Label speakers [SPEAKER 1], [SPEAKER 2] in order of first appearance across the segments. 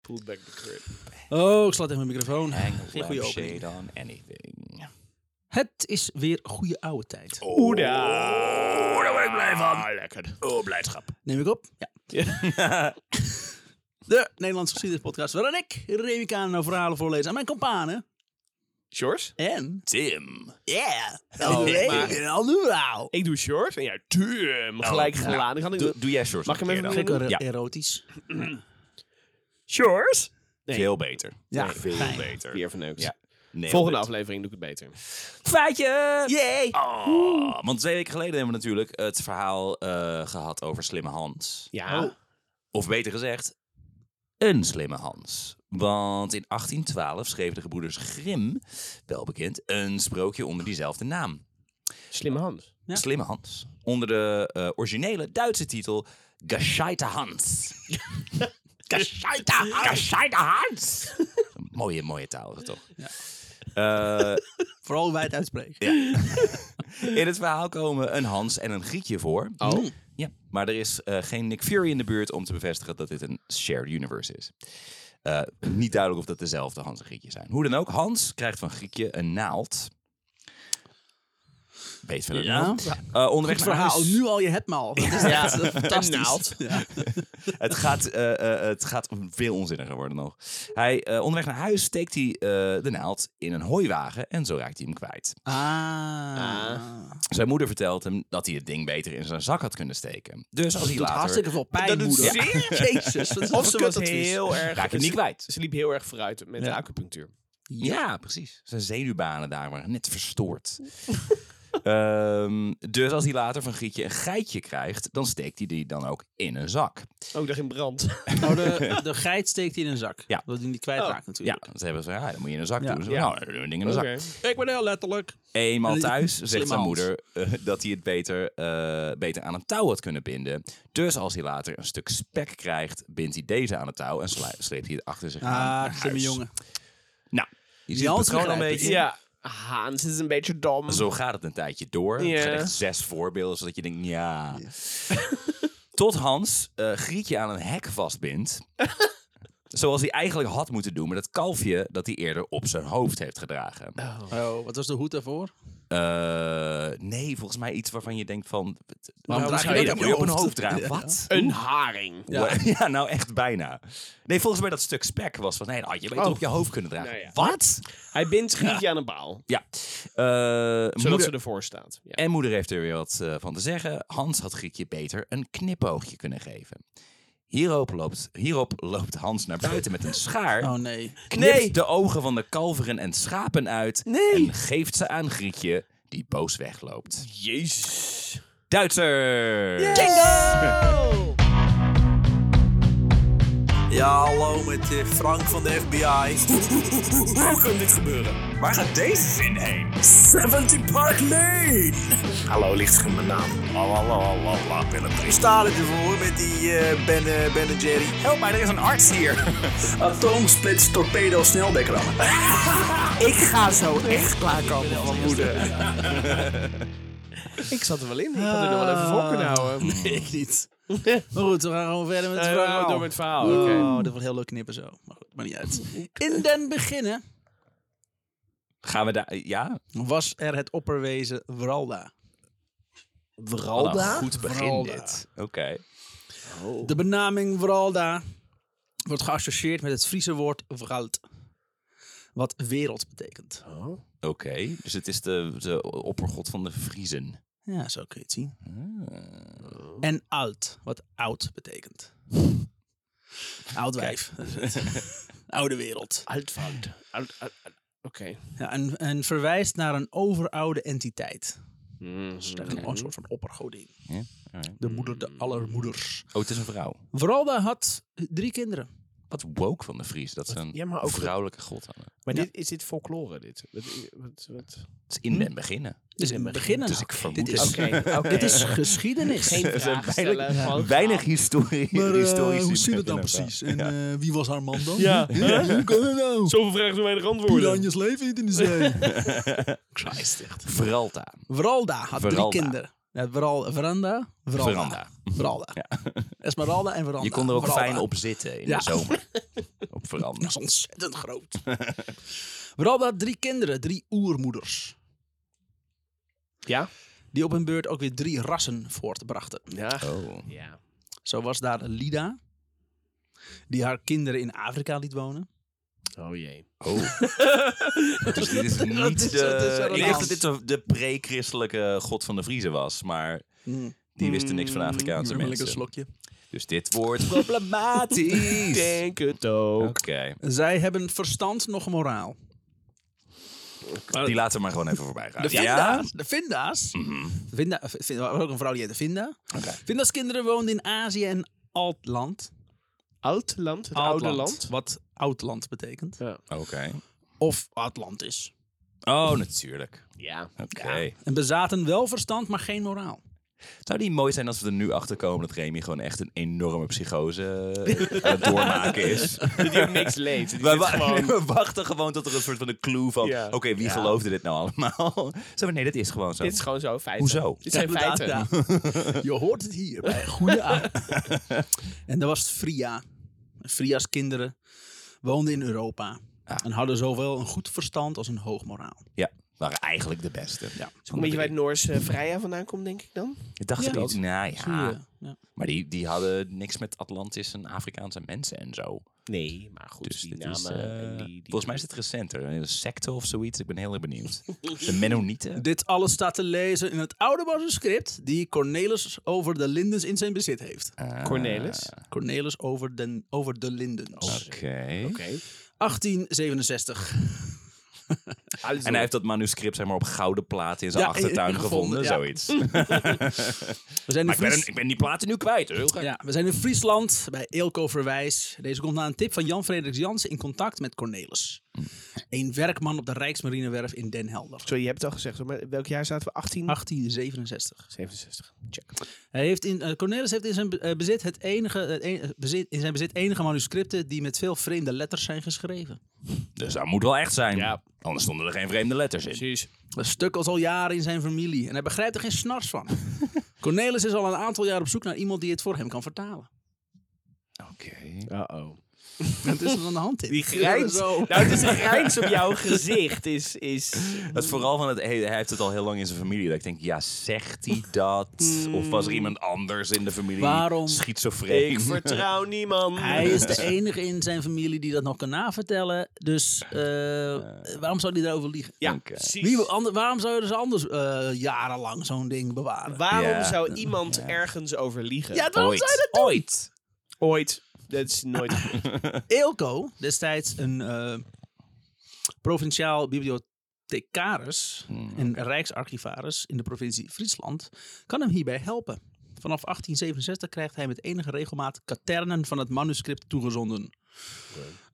[SPEAKER 1] pulled back the curtain.
[SPEAKER 2] Oh, ik sla tegen mijn microfoon. Geen
[SPEAKER 3] Hang
[SPEAKER 2] goede
[SPEAKER 3] a
[SPEAKER 2] opening.
[SPEAKER 3] shade on anything.
[SPEAKER 2] Het is weer goede oude tijd.
[SPEAKER 3] Oh.
[SPEAKER 1] Oeda! Oh, daar word ik blij van. Lekker. Oh, blijdschap.
[SPEAKER 2] Neem ik op? Ja. De Nederlandse geschiedenispodcast waarin ik, Remy Kano, verhalen voorlees aan mijn kompanen.
[SPEAKER 1] Shores?
[SPEAKER 2] En...
[SPEAKER 1] Tim.
[SPEAKER 2] Yeah!
[SPEAKER 1] Oh, maar-
[SPEAKER 2] een ander verhaal.
[SPEAKER 1] Ik doe Shores en jij Tim. Gelijk geladen. Had ik
[SPEAKER 3] Oh. Doe, doe jij shorts
[SPEAKER 1] Mag ik hem
[SPEAKER 3] een keer
[SPEAKER 1] even
[SPEAKER 2] Lekker
[SPEAKER 3] dan?
[SPEAKER 2] er-
[SPEAKER 3] Ja,
[SPEAKER 2] erotisch.
[SPEAKER 1] Shores? Nee.
[SPEAKER 3] veel beter.
[SPEAKER 2] Ja,
[SPEAKER 3] Nee, veel
[SPEAKER 2] fijn.
[SPEAKER 3] beter.
[SPEAKER 1] Weer verneukt.
[SPEAKER 3] Ja. Nee,
[SPEAKER 1] Volgende
[SPEAKER 3] Robert.
[SPEAKER 1] aflevering doe ik het beter.
[SPEAKER 3] Feitje!
[SPEAKER 2] Yay!
[SPEAKER 3] Oh, want twee weken geleden hebben we natuurlijk het verhaal eh, gehad over Slimme Hans.
[SPEAKER 1] Ja.
[SPEAKER 3] Of beter gezegd, een Slimme Hans. Want in 1812 schreven de gebroeders Grimm, welbekend, een sprookje onder diezelfde naam.
[SPEAKER 1] Slimme Hans.
[SPEAKER 2] Ja.
[SPEAKER 3] Slimme Hans. Onder de eh, originele Duitse titel Gescheite Hans. Gescheite Hans. Gescheite Hans. mooie, mooie taal is het toch? Eh,
[SPEAKER 2] Vooral wij het uitspreken.
[SPEAKER 3] in het verhaal komen een Hans en een Grietje voor.
[SPEAKER 1] Oh.
[SPEAKER 3] Ja, maar er is eh, geen Nick Fury in de buurt om te bevestigen dat dit een shared universe is. Eh, niet duidelijk of dat dezelfde Hans en Grietje zijn. Hoe dan ook, Hans krijgt van Grietje een naald. Weet verder
[SPEAKER 2] Ja.
[SPEAKER 3] niet. Eh, onderweg
[SPEAKER 2] Het
[SPEAKER 3] naar
[SPEAKER 2] verhaal,
[SPEAKER 3] huis.
[SPEAKER 2] nu al je het maal. Dat is echt eh, fantastisch.
[SPEAKER 1] Een naald.
[SPEAKER 2] Ja.
[SPEAKER 3] het, gaat, eh, eh, het gaat veel onzinniger worden nog. Hij, eh, onderweg naar huis steekt hij eh, de naald in een hooiwagen en zo raakt hij hem kwijt.
[SPEAKER 2] Ah.
[SPEAKER 3] Zijn moeder vertelt hem dat hij het ding beter in zijn zak had kunnen steken. Dus als hij
[SPEAKER 2] Doet
[SPEAKER 3] later...
[SPEAKER 2] hartstikke veel pijn,
[SPEAKER 1] doet
[SPEAKER 2] moeder.
[SPEAKER 1] zeer.
[SPEAKER 2] Jezus, wat is
[SPEAKER 1] Of
[SPEAKER 2] dat
[SPEAKER 1] ze
[SPEAKER 2] voor
[SPEAKER 1] was
[SPEAKER 2] kutadvies?
[SPEAKER 1] heel erg...
[SPEAKER 3] Raak je hem niet kwijt.
[SPEAKER 1] Ze liep heel erg vooruit met de acupunctuur.
[SPEAKER 3] Ja, precies. Zijn zenuwbanen daar waren net verstoord. Ehm, dus als hij later van Grietje een geitje krijgt, dan steekt hij die dan ook in een zak.
[SPEAKER 1] Oh, ik dacht in brand.
[SPEAKER 2] Oh, de, de geit steekt hij in een zak.
[SPEAKER 3] Ja.
[SPEAKER 2] Dat hij niet kwijtraakt
[SPEAKER 3] Ja,
[SPEAKER 2] natuurlijk.
[SPEAKER 3] dat hebben ze. Ja, dan moet je in een zak
[SPEAKER 2] Ja.
[SPEAKER 3] doen. Zo,
[SPEAKER 1] Ja.
[SPEAKER 3] Nou, dan doen we een ding in een zak.
[SPEAKER 2] Ik ben heel letterlijk.
[SPEAKER 3] Eenmaal thuis zegt
[SPEAKER 2] Slimme
[SPEAKER 3] zijn
[SPEAKER 2] Hans.
[SPEAKER 3] moeder eh, dat hij het beter, eh, beter aan een touw had kunnen binden. Dus als hij later een stuk spek krijgt, bindt hij deze aan het touw en slui- sleept hij het achter zich aan. naar
[SPEAKER 2] Ah, slimme
[SPEAKER 3] huis.
[SPEAKER 2] jongen.
[SPEAKER 3] Nou, je ziet
[SPEAKER 2] Die
[SPEAKER 3] het
[SPEAKER 2] Hans
[SPEAKER 3] patroon al een
[SPEAKER 2] begrijpt
[SPEAKER 3] beetje.
[SPEAKER 2] het.
[SPEAKER 1] Ja. Hans is een beetje dom.
[SPEAKER 3] Zo gaat het een tijdje door.
[SPEAKER 1] Ja.
[SPEAKER 3] Het zijn echt zes voorbeelden, zodat je denkt, ja. Tot Hans eh, Grietje aan een hek vastbindt. zoals hij eigenlijk had moeten doen met het kalfje dat hij eerder op zijn hoofd heeft gedragen.
[SPEAKER 2] Oh, wat was de hoed daarvoor?
[SPEAKER 3] Eh, nee, volgens mij iets waarvan je denkt van... nou, Waarom
[SPEAKER 2] draag
[SPEAKER 3] zou
[SPEAKER 2] je
[SPEAKER 3] je
[SPEAKER 2] dat
[SPEAKER 3] dat
[SPEAKER 2] op
[SPEAKER 3] op
[SPEAKER 2] je
[SPEAKER 3] een
[SPEAKER 2] hoofd?
[SPEAKER 3] hoofd dragen?
[SPEAKER 2] Ja.
[SPEAKER 3] Wat?
[SPEAKER 1] Een haring.
[SPEAKER 3] Ja. nou echt bijna. Nee, volgens mij dat stuk spek was van... Nee, dat had je beter
[SPEAKER 1] Oh.
[SPEAKER 3] op je hoofd kunnen dragen.
[SPEAKER 1] Nou ja.
[SPEAKER 3] Wat?
[SPEAKER 1] Hij bindt Grietje aan een baal.
[SPEAKER 3] Ja. Eh
[SPEAKER 1] Zodat
[SPEAKER 3] moeder-
[SPEAKER 1] ze ervoor staat. Ja.
[SPEAKER 3] En moeder heeft er weer wat eh, van te zeggen. Hans had Grietje beter een knipoogje kunnen geven. Hierop loopt, hierop loopt Hans naar buiten met een schaar.
[SPEAKER 2] Oh nee.
[SPEAKER 3] Knipt de ogen van de kalveren en schapen uit. En geeft ze aan Grietje, die boos wegloopt.
[SPEAKER 1] Jezus.
[SPEAKER 3] Duitser!
[SPEAKER 4] Ja, hallo met eh, Frank van de FBI. Hoe kan dit gebeuren? Waar gaat deze zin heen? 70 Park Lane! Hallo, lichtschimmel mijn naam. Lalalala, Willem. Ik sta er ervoor met die eh, ben, eh, ben en Jerry. Help mij, er is een arts hier. Atoomsplits, torpedo, sneldekker. Ik ga zo echt klaarkomen van moeder.
[SPEAKER 1] Ik zat er wel in. Ik had er nog wel even
[SPEAKER 3] Ah.
[SPEAKER 1] voor kunnen houden.
[SPEAKER 2] Nee, ik niet. Hmm. Maar goed, we gaan gewoon verder met het
[SPEAKER 1] Eh,
[SPEAKER 2] verhaal.
[SPEAKER 1] door met het verhaal,
[SPEAKER 2] Oh,
[SPEAKER 1] oké.
[SPEAKER 2] dat wordt heel leuk knippen zo. Maar goed, maar niet uit. In den beginnen
[SPEAKER 3] Gaan we daar... Ja?
[SPEAKER 2] was er het opperwezen Nou, Wralda.
[SPEAKER 3] Wat een
[SPEAKER 1] Wralda?
[SPEAKER 3] goed begin
[SPEAKER 2] Vralda.
[SPEAKER 3] dit. Oké.
[SPEAKER 2] De benaming Wralda wordt geassocieerd met het Friese woord Vralt. Wat wereld betekent.
[SPEAKER 3] Oké. Dus het is de, de oppergod van de Vriezen.
[SPEAKER 2] Ja, zo kun je het zien. En oud, wat oud betekent. Oud wijf. Oude wereld.
[SPEAKER 1] Altwald. Alt- alt- alt- Oké.
[SPEAKER 2] Ja, en, en verwijst naar een overoude entiteit.
[SPEAKER 1] Mhm.
[SPEAKER 2] Dus eigenlijk een soort van oppergodin.
[SPEAKER 3] Ja? alright.
[SPEAKER 2] De moeder, de allermoeders.
[SPEAKER 3] Oh, het is een vrouw.
[SPEAKER 2] Vralda had drie kinderen.
[SPEAKER 3] Wat woke van de Vries. Dat ze een
[SPEAKER 1] Ja, maar ook-
[SPEAKER 3] vrouwelijke god hadden.
[SPEAKER 1] Maar dit, is dit folklore, dit? Wat, wat, wat?
[SPEAKER 3] Het is in den beginnen.
[SPEAKER 2] Dus in het begin.
[SPEAKER 3] Dus ik vermoed
[SPEAKER 2] dit is,
[SPEAKER 3] het.
[SPEAKER 1] Oké, oké.
[SPEAKER 2] dit is geschiedenis.
[SPEAKER 1] Geen vraag stellen. gewoon
[SPEAKER 3] Weinig
[SPEAKER 1] gaan. eh,
[SPEAKER 3] historie.
[SPEAKER 2] eh,
[SPEAKER 3] historici met elkaar.
[SPEAKER 2] En eh, wie was haar man dan?
[SPEAKER 1] Ja.
[SPEAKER 2] Hoe kan het nou?
[SPEAKER 1] Zoveel vragen, zo weinig antwoorden.
[SPEAKER 2] leven niet in de zee.
[SPEAKER 3] Christ, echt. Veralta.
[SPEAKER 2] Vralda had
[SPEAKER 3] Veralda.
[SPEAKER 2] drie kinderen. Ja, Veral, veranda? Veralda.
[SPEAKER 3] Veranda.
[SPEAKER 2] Veralda. Esmeralda en Veranda.
[SPEAKER 3] Je kon er ook
[SPEAKER 2] Veralda.
[SPEAKER 3] fijn op zitten in
[SPEAKER 2] Ja.
[SPEAKER 3] de zomer. Op veranderen.
[SPEAKER 2] Dat is ontzettend groot. Rob had drie kinderen, drie oermoeders.
[SPEAKER 1] Ja?
[SPEAKER 2] Die op hun beurt ook weer drie rassen voortbrachten.
[SPEAKER 1] Ja.
[SPEAKER 3] Oh.
[SPEAKER 1] Ja.
[SPEAKER 2] Zo was daar Lida, die haar kinderen in Afrika liet wonen.
[SPEAKER 1] Oh jee.
[SPEAKER 3] oh. dus dit is niet
[SPEAKER 2] is- dat is
[SPEAKER 3] de...
[SPEAKER 2] wel
[SPEAKER 3] Ik
[SPEAKER 2] een
[SPEAKER 3] dacht dat dit de, de pre-christelijke god van de Vriezen was, maar die wisten niks van Afrikaanse
[SPEAKER 2] Een
[SPEAKER 3] mensen.
[SPEAKER 2] slokje.
[SPEAKER 3] Dus dit wordt problematisch.
[SPEAKER 1] Denk het ook.
[SPEAKER 3] Oké,
[SPEAKER 2] Zij hebben verstand nog moraal.
[SPEAKER 3] die laten we maar gewoon even voorbij gaan.
[SPEAKER 2] De
[SPEAKER 3] ja? Mhm.
[SPEAKER 2] Vinda's, de Vinda's, Vinda, Vinda, er was ook een vrouw die heette Vinda. Vinda's kinderen woonden in Azië en Altland.
[SPEAKER 1] Oud land, het oude land.
[SPEAKER 2] Wat Oudland betekent.
[SPEAKER 1] Ja.
[SPEAKER 3] Oké.
[SPEAKER 2] Of Atlantis.
[SPEAKER 3] Oh, natuurlijk.
[SPEAKER 1] ja.
[SPEAKER 3] Oké.
[SPEAKER 2] En bezaten wel verstand, maar geen moraal.
[SPEAKER 3] Zou die mooi zijn als we er nu achter komen dat Remy gewoon echt een enorme psychose eh, aan het doormaken is?
[SPEAKER 1] Die ook niks leed. Die
[SPEAKER 3] We,
[SPEAKER 1] zit
[SPEAKER 3] wa-
[SPEAKER 1] gewoon...
[SPEAKER 3] we wachten gewoon tot er een soort van een clue van.
[SPEAKER 1] Ja.
[SPEAKER 3] Oké, wie
[SPEAKER 1] Ja.
[SPEAKER 3] geloofde dit nou allemaal? Zo, van, nee, dat is gewoon zo.
[SPEAKER 1] Dit is gewoon zo, feiten.
[SPEAKER 3] Hoezo?
[SPEAKER 1] Dit zijn
[SPEAKER 2] Ja,
[SPEAKER 1] feiten.
[SPEAKER 2] inderdaad, ja. Je hoort het hier bij Goede Aan. en dat was Fria. Fria's kinderen woonden in Europa. En hadden zowel een goed verstand als een hoog moraal.
[SPEAKER 3] Ja, waren eigenlijk de beste. Ja.
[SPEAKER 1] Een beetje waar het Noors eh, Freya vandaan komt, denk ik dan.
[SPEAKER 3] dacht ik
[SPEAKER 2] Ja.
[SPEAKER 3] niet. Nou ja,
[SPEAKER 2] Ja. Ja.
[SPEAKER 3] maar die, die hadden niks met Atlantis en Afrikaanse mensen en zo.
[SPEAKER 1] Nee, maar goed,
[SPEAKER 3] Dus
[SPEAKER 1] die
[SPEAKER 3] dit is,
[SPEAKER 1] namen...
[SPEAKER 3] eh,
[SPEAKER 1] en die, die-
[SPEAKER 3] volgens mij is het recenter. Een secte of zoiets. Ik ben heel erg benieuwd. De Mennonieten.
[SPEAKER 2] Dit alles staat te lezen in het oude manuscript die Cornelis over de Lindens in zijn bezit heeft.
[SPEAKER 1] Cornelis.
[SPEAKER 2] Cornelis over, den, over de Lindens.
[SPEAKER 3] Oké.
[SPEAKER 1] Oké.
[SPEAKER 2] 1867.
[SPEAKER 1] Alles
[SPEAKER 3] En hij heeft dat manuscript zeg maar, op gouden platen in zijn
[SPEAKER 2] Ja,
[SPEAKER 3] achtertuin
[SPEAKER 2] eh,
[SPEAKER 3] gevonden,
[SPEAKER 2] gevonden, ja.
[SPEAKER 3] zoiets. Maar
[SPEAKER 2] We zijn in
[SPEAKER 3] ik ben,
[SPEAKER 2] Fries-
[SPEAKER 3] ik ben die platen nu kwijt. Heel gek.
[SPEAKER 2] Ja, we zijn in Friesland bij Eelco Verwijs. Deze komt na een tip van Jan Frederik Jansen in contact met Cornelis. Een werkman op de Rijksmarinewerf in Den Helder.
[SPEAKER 1] Sorry, je hebt het al gezegd, hoor, maar welk jaar zaten we? 18?
[SPEAKER 2] 1867.
[SPEAKER 1] 67. Check.
[SPEAKER 2] Hij heeft in, eh, Cornelis heeft in zijn, be- eh, bezit het enige, het en- eh, bezit, in zijn bezit enige manuscripten die met veel vreemde letters zijn geschreven.
[SPEAKER 3] Dus dat moet wel echt zijn.
[SPEAKER 1] Ja.
[SPEAKER 3] Anders stonden er geen vreemde letters in.
[SPEAKER 1] Precies.
[SPEAKER 2] Dat stuk als al jaren in zijn familie en hij begrijpt er geen snars van. Cornelis is al een aantal jaar op zoek naar iemand die het voor hem kan vertalen.
[SPEAKER 3] Oké.
[SPEAKER 1] Uh-oh.
[SPEAKER 2] Wat is er aan de hand in?
[SPEAKER 1] Die grijns.
[SPEAKER 2] Zo.
[SPEAKER 1] Nou, het is een grijns op jouw gezicht. Is, is...
[SPEAKER 3] Dat is vooral van het, hey, hij heeft het al heel lang in zijn familie. Dat ik denk, ja, zegt hij dat?
[SPEAKER 1] Hmm.
[SPEAKER 3] Of was er iemand anders in de familie?
[SPEAKER 2] Waarom?
[SPEAKER 3] Schizofreen.
[SPEAKER 1] Ik vertrouw niemand.
[SPEAKER 2] Hij is de enige in zijn familie die dat nog kan navertellen. Dus eh, waarom zou hij daarover liegen?
[SPEAKER 1] Ja,
[SPEAKER 3] Oké.
[SPEAKER 1] precies.
[SPEAKER 2] Wie wil ander- waarom zouden ze anders eh, jarenlang zo'n ding bewaren?
[SPEAKER 1] Waarom
[SPEAKER 3] Ja.
[SPEAKER 1] zou iemand ergens over liegen?
[SPEAKER 2] ja, waarom zou je dat
[SPEAKER 3] Ooit.
[SPEAKER 2] doen?
[SPEAKER 3] Ooit.
[SPEAKER 1] Ooit. Dat is nooit...
[SPEAKER 2] Eelco, destijds een eh, provinciaal bibliothecaris en rijksarchivaris in de provincie Friesland, kan hem hierbij helpen. Vanaf 1867 krijgt hij met enige regelmaat katernen van het manuscript toegezonden.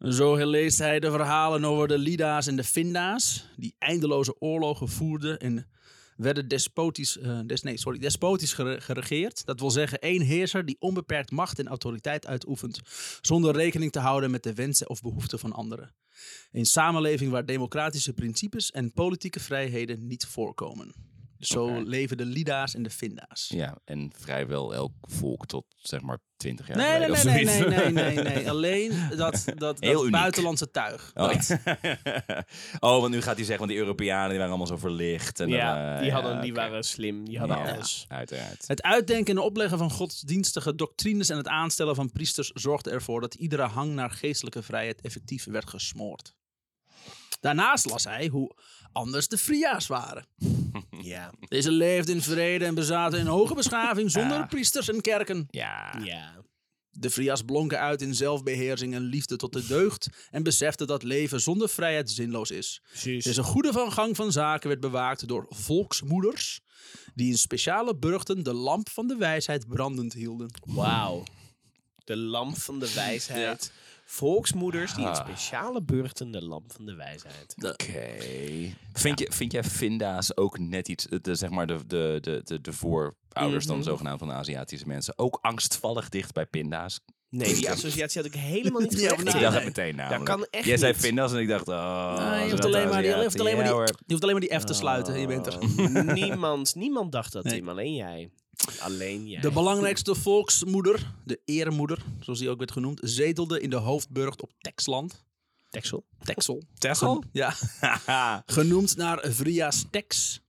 [SPEAKER 2] Zo leest hij de verhalen over de Lida's en de Vinda's, die eindeloze oorlogen voerden en werden despotisch, eh, des, nee, sorry, despotisch gere- geregeerd. Dat wil zeggen één heerser die onbeperkt macht en autoriteit uitoefent, zonder rekening te houden met de wensen of behoeften van anderen. Een samenleving waar democratische principes en politieke vrijheden niet voorkomen. Dus zo
[SPEAKER 3] Oké.
[SPEAKER 2] leven de Lida's en de Vinda's.
[SPEAKER 3] Ja, en vrijwel elk volk tot zeg maar 20 jaar
[SPEAKER 2] Nee, nee,
[SPEAKER 3] geleden
[SPEAKER 2] nee,
[SPEAKER 3] of
[SPEAKER 2] nee, nee,
[SPEAKER 3] zoiets.
[SPEAKER 2] nee, nee, nee. Alleen dat, dat,
[SPEAKER 3] Heel
[SPEAKER 2] dat
[SPEAKER 3] uniek.
[SPEAKER 2] buitenlandse tuig.
[SPEAKER 3] Oh,
[SPEAKER 2] Dat.
[SPEAKER 3] oh, want nu gaat hij zeggen, want die Europeanen die waren allemaal zo verlicht. En
[SPEAKER 1] Ja,
[SPEAKER 3] dan, eh,
[SPEAKER 1] die, hadden,
[SPEAKER 3] ja,
[SPEAKER 1] die
[SPEAKER 3] oké.
[SPEAKER 1] waren slim. Die hadden
[SPEAKER 3] Ja.
[SPEAKER 1] alles.
[SPEAKER 3] Uiteraard.
[SPEAKER 2] Het uitdenken en opleggen van godsdienstige doctrines en het aanstellen van priesters zorgde ervoor dat iedere hang naar geestelijke vrijheid effectief werd gesmoord. Daarnaast las hij hoe anders de Fria's waren.
[SPEAKER 1] Ja.
[SPEAKER 2] Deze leefden in vrede en bezaten een hoge beschaving zonder
[SPEAKER 3] Ja.
[SPEAKER 2] priesters en kerken.
[SPEAKER 3] Ja.
[SPEAKER 1] Ja.
[SPEAKER 2] De Fria's blonken uit in zelfbeheersing en liefde tot de deugd en beseften dat leven zonder vrijheid zinloos is.
[SPEAKER 1] Precies.
[SPEAKER 2] Deze goede van gang van zaken werd bewaakt door volksmoeders, die in speciale burchten de lamp van de wijsheid brandend hielden.
[SPEAKER 1] Wauw. De lamp van de wijsheid. Volksmoeders die in speciale burchten de lamp van de wijsheid.
[SPEAKER 3] Oké. Vind, je, vind jij Vinda's ook net iets, eh, de, zeg maar de, de, de, de, de voorouders dan
[SPEAKER 2] Mhm.
[SPEAKER 3] zogenaamd van de Aziatische mensen, ook angstvallig dicht bij Pinda's?
[SPEAKER 1] Nee, die associatie had ik helemaal niet
[SPEAKER 2] Ja,
[SPEAKER 1] gelegd.
[SPEAKER 2] nou,
[SPEAKER 3] ik
[SPEAKER 2] Nee,
[SPEAKER 3] dacht
[SPEAKER 2] nee.
[SPEAKER 3] het meteen namelijk.
[SPEAKER 1] kan echt
[SPEAKER 3] Jij zei
[SPEAKER 1] niet.
[SPEAKER 3] Vinda's en ik dacht, oh.
[SPEAKER 2] Ah, je,
[SPEAKER 3] zijn
[SPEAKER 2] hoeft
[SPEAKER 3] dat
[SPEAKER 2] alleen maar die, je, hoeft
[SPEAKER 3] Aziaten?
[SPEAKER 2] alleen maar die,
[SPEAKER 3] Ja, hoor. Ah.
[SPEAKER 2] je hoeft alleen maar die F te sluiten en je bent er.
[SPEAKER 1] niemand, niemand dacht dat,
[SPEAKER 2] Nee.
[SPEAKER 1] Tim. Alleen jij. Alleen jij.
[SPEAKER 2] De belangrijkste volksmoeder, de eremoeder, zoals die ook werd genoemd, zetelde in de hoofdburcht op Texland.
[SPEAKER 1] Texel.
[SPEAKER 2] Texel. Oh.
[SPEAKER 3] Texel?
[SPEAKER 2] Ja. Genoemd naar Vrias Tex.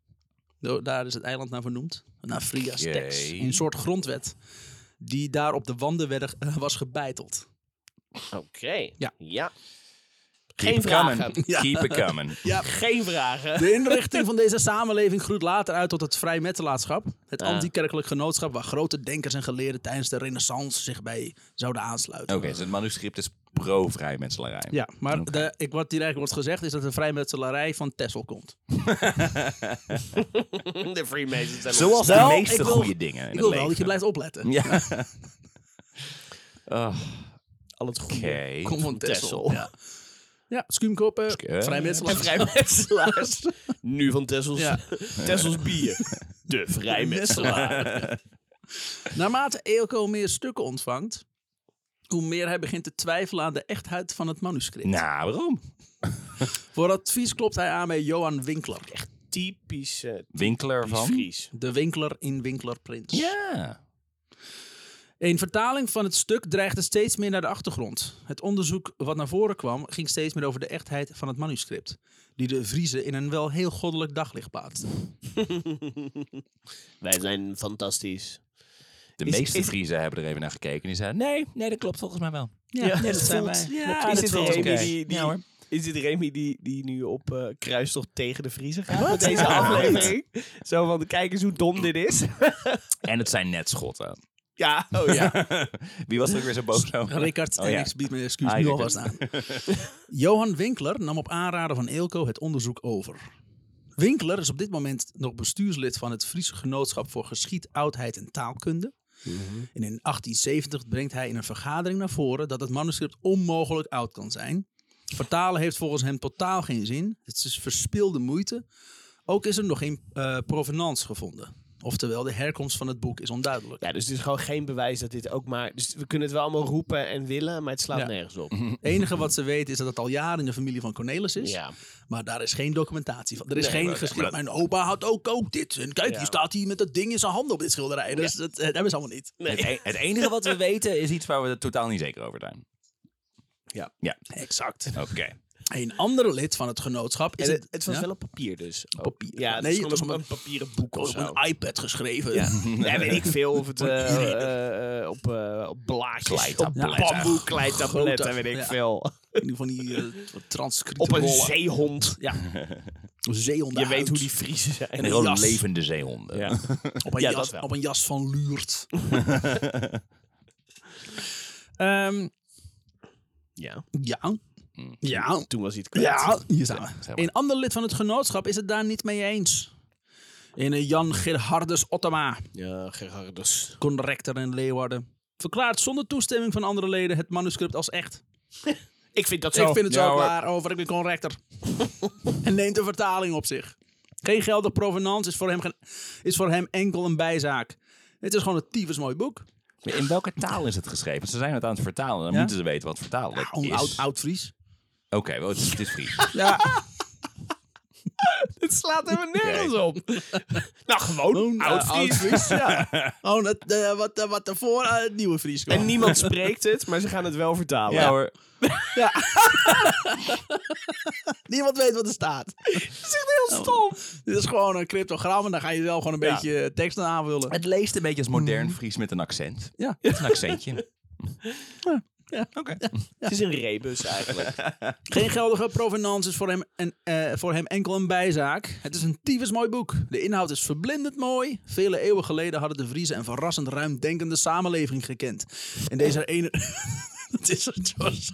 [SPEAKER 2] Zo, Daar is het eiland naar vernoemd. Naar Vrias Tex.
[SPEAKER 3] Jee.
[SPEAKER 2] Een soort grondwet. Die daar op de wanden werd, eh, was gebeiteld.
[SPEAKER 1] Oké.
[SPEAKER 2] Ja.
[SPEAKER 1] Geen
[SPEAKER 3] Keep it
[SPEAKER 1] vragen.
[SPEAKER 3] coming.
[SPEAKER 2] Ja.
[SPEAKER 3] Keep it coming.
[SPEAKER 2] Ja.
[SPEAKER 1] Geen vragen.
[SPEAKER 2] De inrichting van deze samenleving groeit later uit tot het vrijmetselaarschap. Het
[SPEAKER 1] Ah.
[SPEAKER 2] antikerkelijk genootschap waar grote denkers en geleerden tijdens de renaissance zich bij zouden aansluiten.
[SPEAKER 3] Oké, dus het manuscript is pro-vrijmetselarij.
[SPEAKER 2] Ja, maar de, ik, wat hier eigenlijk wordt gezegd is dat de vrijmetselarij van Texel komt.
[SPEAKER 1] De Freemasons zijn
[SPEAKER 3] Zoals de
[SPEAKER 2] Nou, ik
[SPEAKER 3] meeste
[SPEAKER 2] wil-
[SPEAKER 3] goede dingen in
[SPEAKER 2] Ik
[SPEAKER 3] het
[SPEAKER 2] wil
[SPEAKER 3] leven.
[SPEAKER 2] wel dat je blijft opletten.
[SPEAKER 3] Ja. Ah,
[SPEAKER 1] al het goede.
[SPEAKER 3] Oké.
[SPEAKER 2] Kom van
[SPEAKER 1] Texel.
[SPEAKER 2] Texel. Ja, ja skuumkoppen,
[SPEAKER 3] Sku-
[SPEAKER 1] En
[SPEAKER 2] vrijmetselaars.
[SPEAKER 1] vrijmetselaars. nu van Tessels.
[SPEAKER 2] Ja.
[SPEAKER 1] Tessels bier. De vrijmetselaar.
[SPEAKER 2] Naarmate Eelco meer stukken ontvangt, hoe meer hij begint te twijfelen aan de echtheid van het manuscript.
[SPEAKER 3] Nou, waarom?
[SPEAKER 2] Voor advies klopt hij aan bij Johan Winkler. Echt
[SPEAKER 1] Typische
[SPEAKER 3] Winkler van?
[SPEAKER 1] Fries.
[SPEAKER 2] de Winkler in Winkler Prins.
[SPEAKER 3] Ja.
[SPEAKER 2] Een vertaling van het stuk dreigde steeds meer naar de achtergrond. Het onderzoek wat naar voren kwam ging steeds meer over de echtheid van het manuscript, die de Vriezen in een wel heel goddelijk daglicht plaatste.
[SPEAKER 1] Wij zijn fantastisch.
[SPEAKER 3] De
[SPEAKER 1] Is-
[SPEAKER 3] meeste
[SPEAKER 1] is-
[SPEAKER 3] Friesen hebben er even naar gekeken. En die zeiden, nee, nee, dat klopt volgens mij wel.
[SPEAKER 2] Ja,
[SPEAKER 1] dat
[SPEAKER 2] zijn
[SPEAKER 1] voelt-
[SPEAKER 2] wij.
[SPEAKER 1] ja,
[SPEAKER 2] Klopt.
[SPEAKER 1] dat
[SPEAKER 2] Is dit
[SPEAKER 1] voelt
[SPEAKER 2] wel
[SPEAKER 1] oké.
[SPEAKER 2] Ah, oké?
[SPEAKER 1] Die- die-
[SPEAKER 3] Ja, hoor.
[SPEAKER 1] Is dit Remy die, die nu op eh, kruistocht tegen de Vriezen gaat met deze aflevering? Zo van, kijk eens hoe dom dit is.
[SPEAKER 3] En het zijn net schotten.
[SPEAKER 1] ja, oh ja.
[SPEAKER 3] Wie was er ook weer zo boos over?
[SPEAKER 2] Rickard,
[SPEAKER 3] Oh,
[SPEAKER 2] en
[SPEAKER 3] ja.
[SPEAKER 2] ik bied mijn excuus
[SPEAKER 3] Ah,
[SPEAKER 2] nu alvast
[SPEAKER 3] Rickard.
[SPEAKER 2] aan. Johan Winkler nam op aanraden van Eelco het onderzoek over. Winkler is op dit moment nog bestuurslid van het Friese Genootschap voor Geschied, Oudheid en Taalkunde.
[SPEAKER 3] Mhm.
[SPEAKER 2] En in 1870 brengt hij in een vergadering naar voren dat het manuscript onmogelijk oud kan zijn. Vertalen heeft volgens hem totaal geen zin. Het is verspilde moeite. Ook is er nog geen eh, provenance gevonden. Oftewel, de herkomst van het boek is onduidelijk.
[SPEAKER 1] Ja, dus het is gewoon geen bewijs dat dit ook maar... Dus we kunnen het wel allemaal roepen en willen, maar het slaat
[SPEAKER 2] Ja. Mhm.
[SPEAKER 1] nergens op.
[SPEAKER 2] Het enige wat ze weten is dat het al jaren in de familie van Cornelis is.
[SPEAKER 1] Ja.
[SPEAKER 2] Maar daar is geen documentatie van. Er is
[SPEAKER 1] Nee,
[SPEAKER 2] geen
[SPEAKER 1] maar-
[SPEAKER 2] geschiedenis. Mijn opa had ook, ook dit. En kijk,
[SPEAKER 1] Ja.
[SPEAKER 2] die staat hier met dat ding in zijn hand op dit schilderij. Dus dat, eh, dat hebben ze allemaal niet.
[SPEAKER 3] Het, e- het enige wat we weten is iets waar we totaal niet zeker over zijn.
[SPEAKER 2] Ja.
[SPEAKER 3] Ja,
[SPEAKER 2] Exact.
[SPEAKER 3] oké.
[SPEAKER 2] Een andere lid van het genootschap is
[SPEAKER 1] En het, het was
[SPEAKER 2] ja?
[SPEAKER 1] wel op papier dus.
[SPEAKER 2] Papier.
[SPEAKER 1] Ja, het
[SPEAKER 2] Nee,
[SPEAKER 1] is
[SPEAKER 2] het was
[SPEAKER 1] gewoon op
[SPEAKER 2] op Oh,
[SPEAKER 1] een papieren boek of
[SPEAKER 2] op
[SPEAKER 1] zo.
[SPEAKER 2] een iPad geschreven.
[SPEAKER 1] Ja. ja, weet ik veel of het eh,
[SPEAKER 2] Papieren.
[SPEAKER 1] eh, eh, op, eh, op blaadjes,
[SPEAKER 3] Kleitabletten.
[SPEAKER 1] op bamboe,
[SPEAKER 2] Grote-
[SPEAKER 1] kleitabletten, weet ik
[SPEAKER 2] ja.
[SPEAKER 1] veel.
[SPEAKER 2] In ieder van die uh,
[SPEAKER 1] Op een
[SPEAKER 2] rollen.
[SPEAKER 1] zeehond.
[SPEAKER 2] Ja. Zeehonden.
[SPEAKER 1] Je weet hoe die Friesen zijn.
[SPEAKER 3] En gewoon
[SPEAKER 2] jas.
[SPEAKER 3] levende zeehonden.
[SPEAKER 1] Ja.
[SPEAKER 2] Op een,
[SPEAKER 1] Ja, dat
[SPEAKER 2] jas,
[SPEAKER 1] wel.
[SPEAKER 2] op een jas van Luurt. Ehm,
[SPEAKER 1] ja,
[SPEAKER 2] ja.
[SPEAKER 1] Hm.
[SPEAKER 2] Ja.
[SPEAKER 1] toen was hij het kwijt.
[SPEAKER 2] Ja, hier staan we.
[SPEAKER 3] zeg maar.
[SPEAKER 2] Een ander lid van het genootschap is het daar niet mee eens. In eh, Jan Gerhardus Ottama,
[SPEAKER 1] Ja, Gerhardus.
[SPEAKER 2] conrector in Leeuwarden, verklaart zonder toestemming van andere leden het manuscript als echt.
[SPEAKER 1] Ik vind dat zo.
[SPEAKER 2] Ik vind het
[SPEAKER 3] ja
[SPEAKER 2] zo
[SPEAKER 3] hoor.
[SPEAKER 2] klaar over, ik ben conrector. en neemt de vertaling op zich. Geen geldig provenance is voor hem, geen- is voor hem enkel een bijzaak. Het is gewoon een tyfus mooi boek.
[SPEAKER 3] Maar In welke taal is het geschreven? Ze zijn het aan het vertalen. Dan
[SPEAKER 2] Ja?
[SPEAKER 3] moeten ze weten wat vertalen dat
[SPEAKER 2] Gewoon
[SPEAKER 3] is.
[SPEAKER 2] oud, oud Fries.
[SPEAKER 3] Oké, wel, het is, het is Fries.
[SPEAKER 2] Ja,
[SPEAKER 1] Het slaat helemaal nergens op. nou, gewoon
[SPEAKER 2] eh,
[SPEAKER 1] oud Fries.
[SPEAKER 2] Oud-Fries, ja. Oh, dat, eh, wat, eh, wat ervoor, eh, het nieuwe Fries. kwam.
[SPEAKER 1] En niemand spreekt het, maar ze gaan het wel vertalen.
[SPEAKER 3] ja hoor.
[SPEAKER 2] Niemand weet wat er staat.
[SPEAKER 1] Dat is echt heel stom.
[SPEAKER 2] Dit is gewoon een cryptogram en dan ga je zelf gewoon een
[SPEAKER 1] Ja.
[SPEAKER 2] beetje tekst aan aanvullen.
[SPEAKER 3] Het leest een
[SPEAKER 2] Mm.
[SPEAKER 3] beetje als modern Fries met een accent.
[SPEAKER 2] Ja.
[SPEAKER 3] Met een accentje.
[SPEAKER 2] Ja.
[SPEAKER 3] Oké.
[SPEAKER 1] Het is een rebus eigenlijk.
[SPEAKER 2] Geen geldige provenance is voor hem, en, eh, voor hem enkel een bijzaak. Het is een tyfus mooi boek. De inhoud is verblindend mooi. Vele eeuwen geleden hadden de Vriezen een verrassend ruimdenkende samenleving gekend. En deze ene... Het is het, George.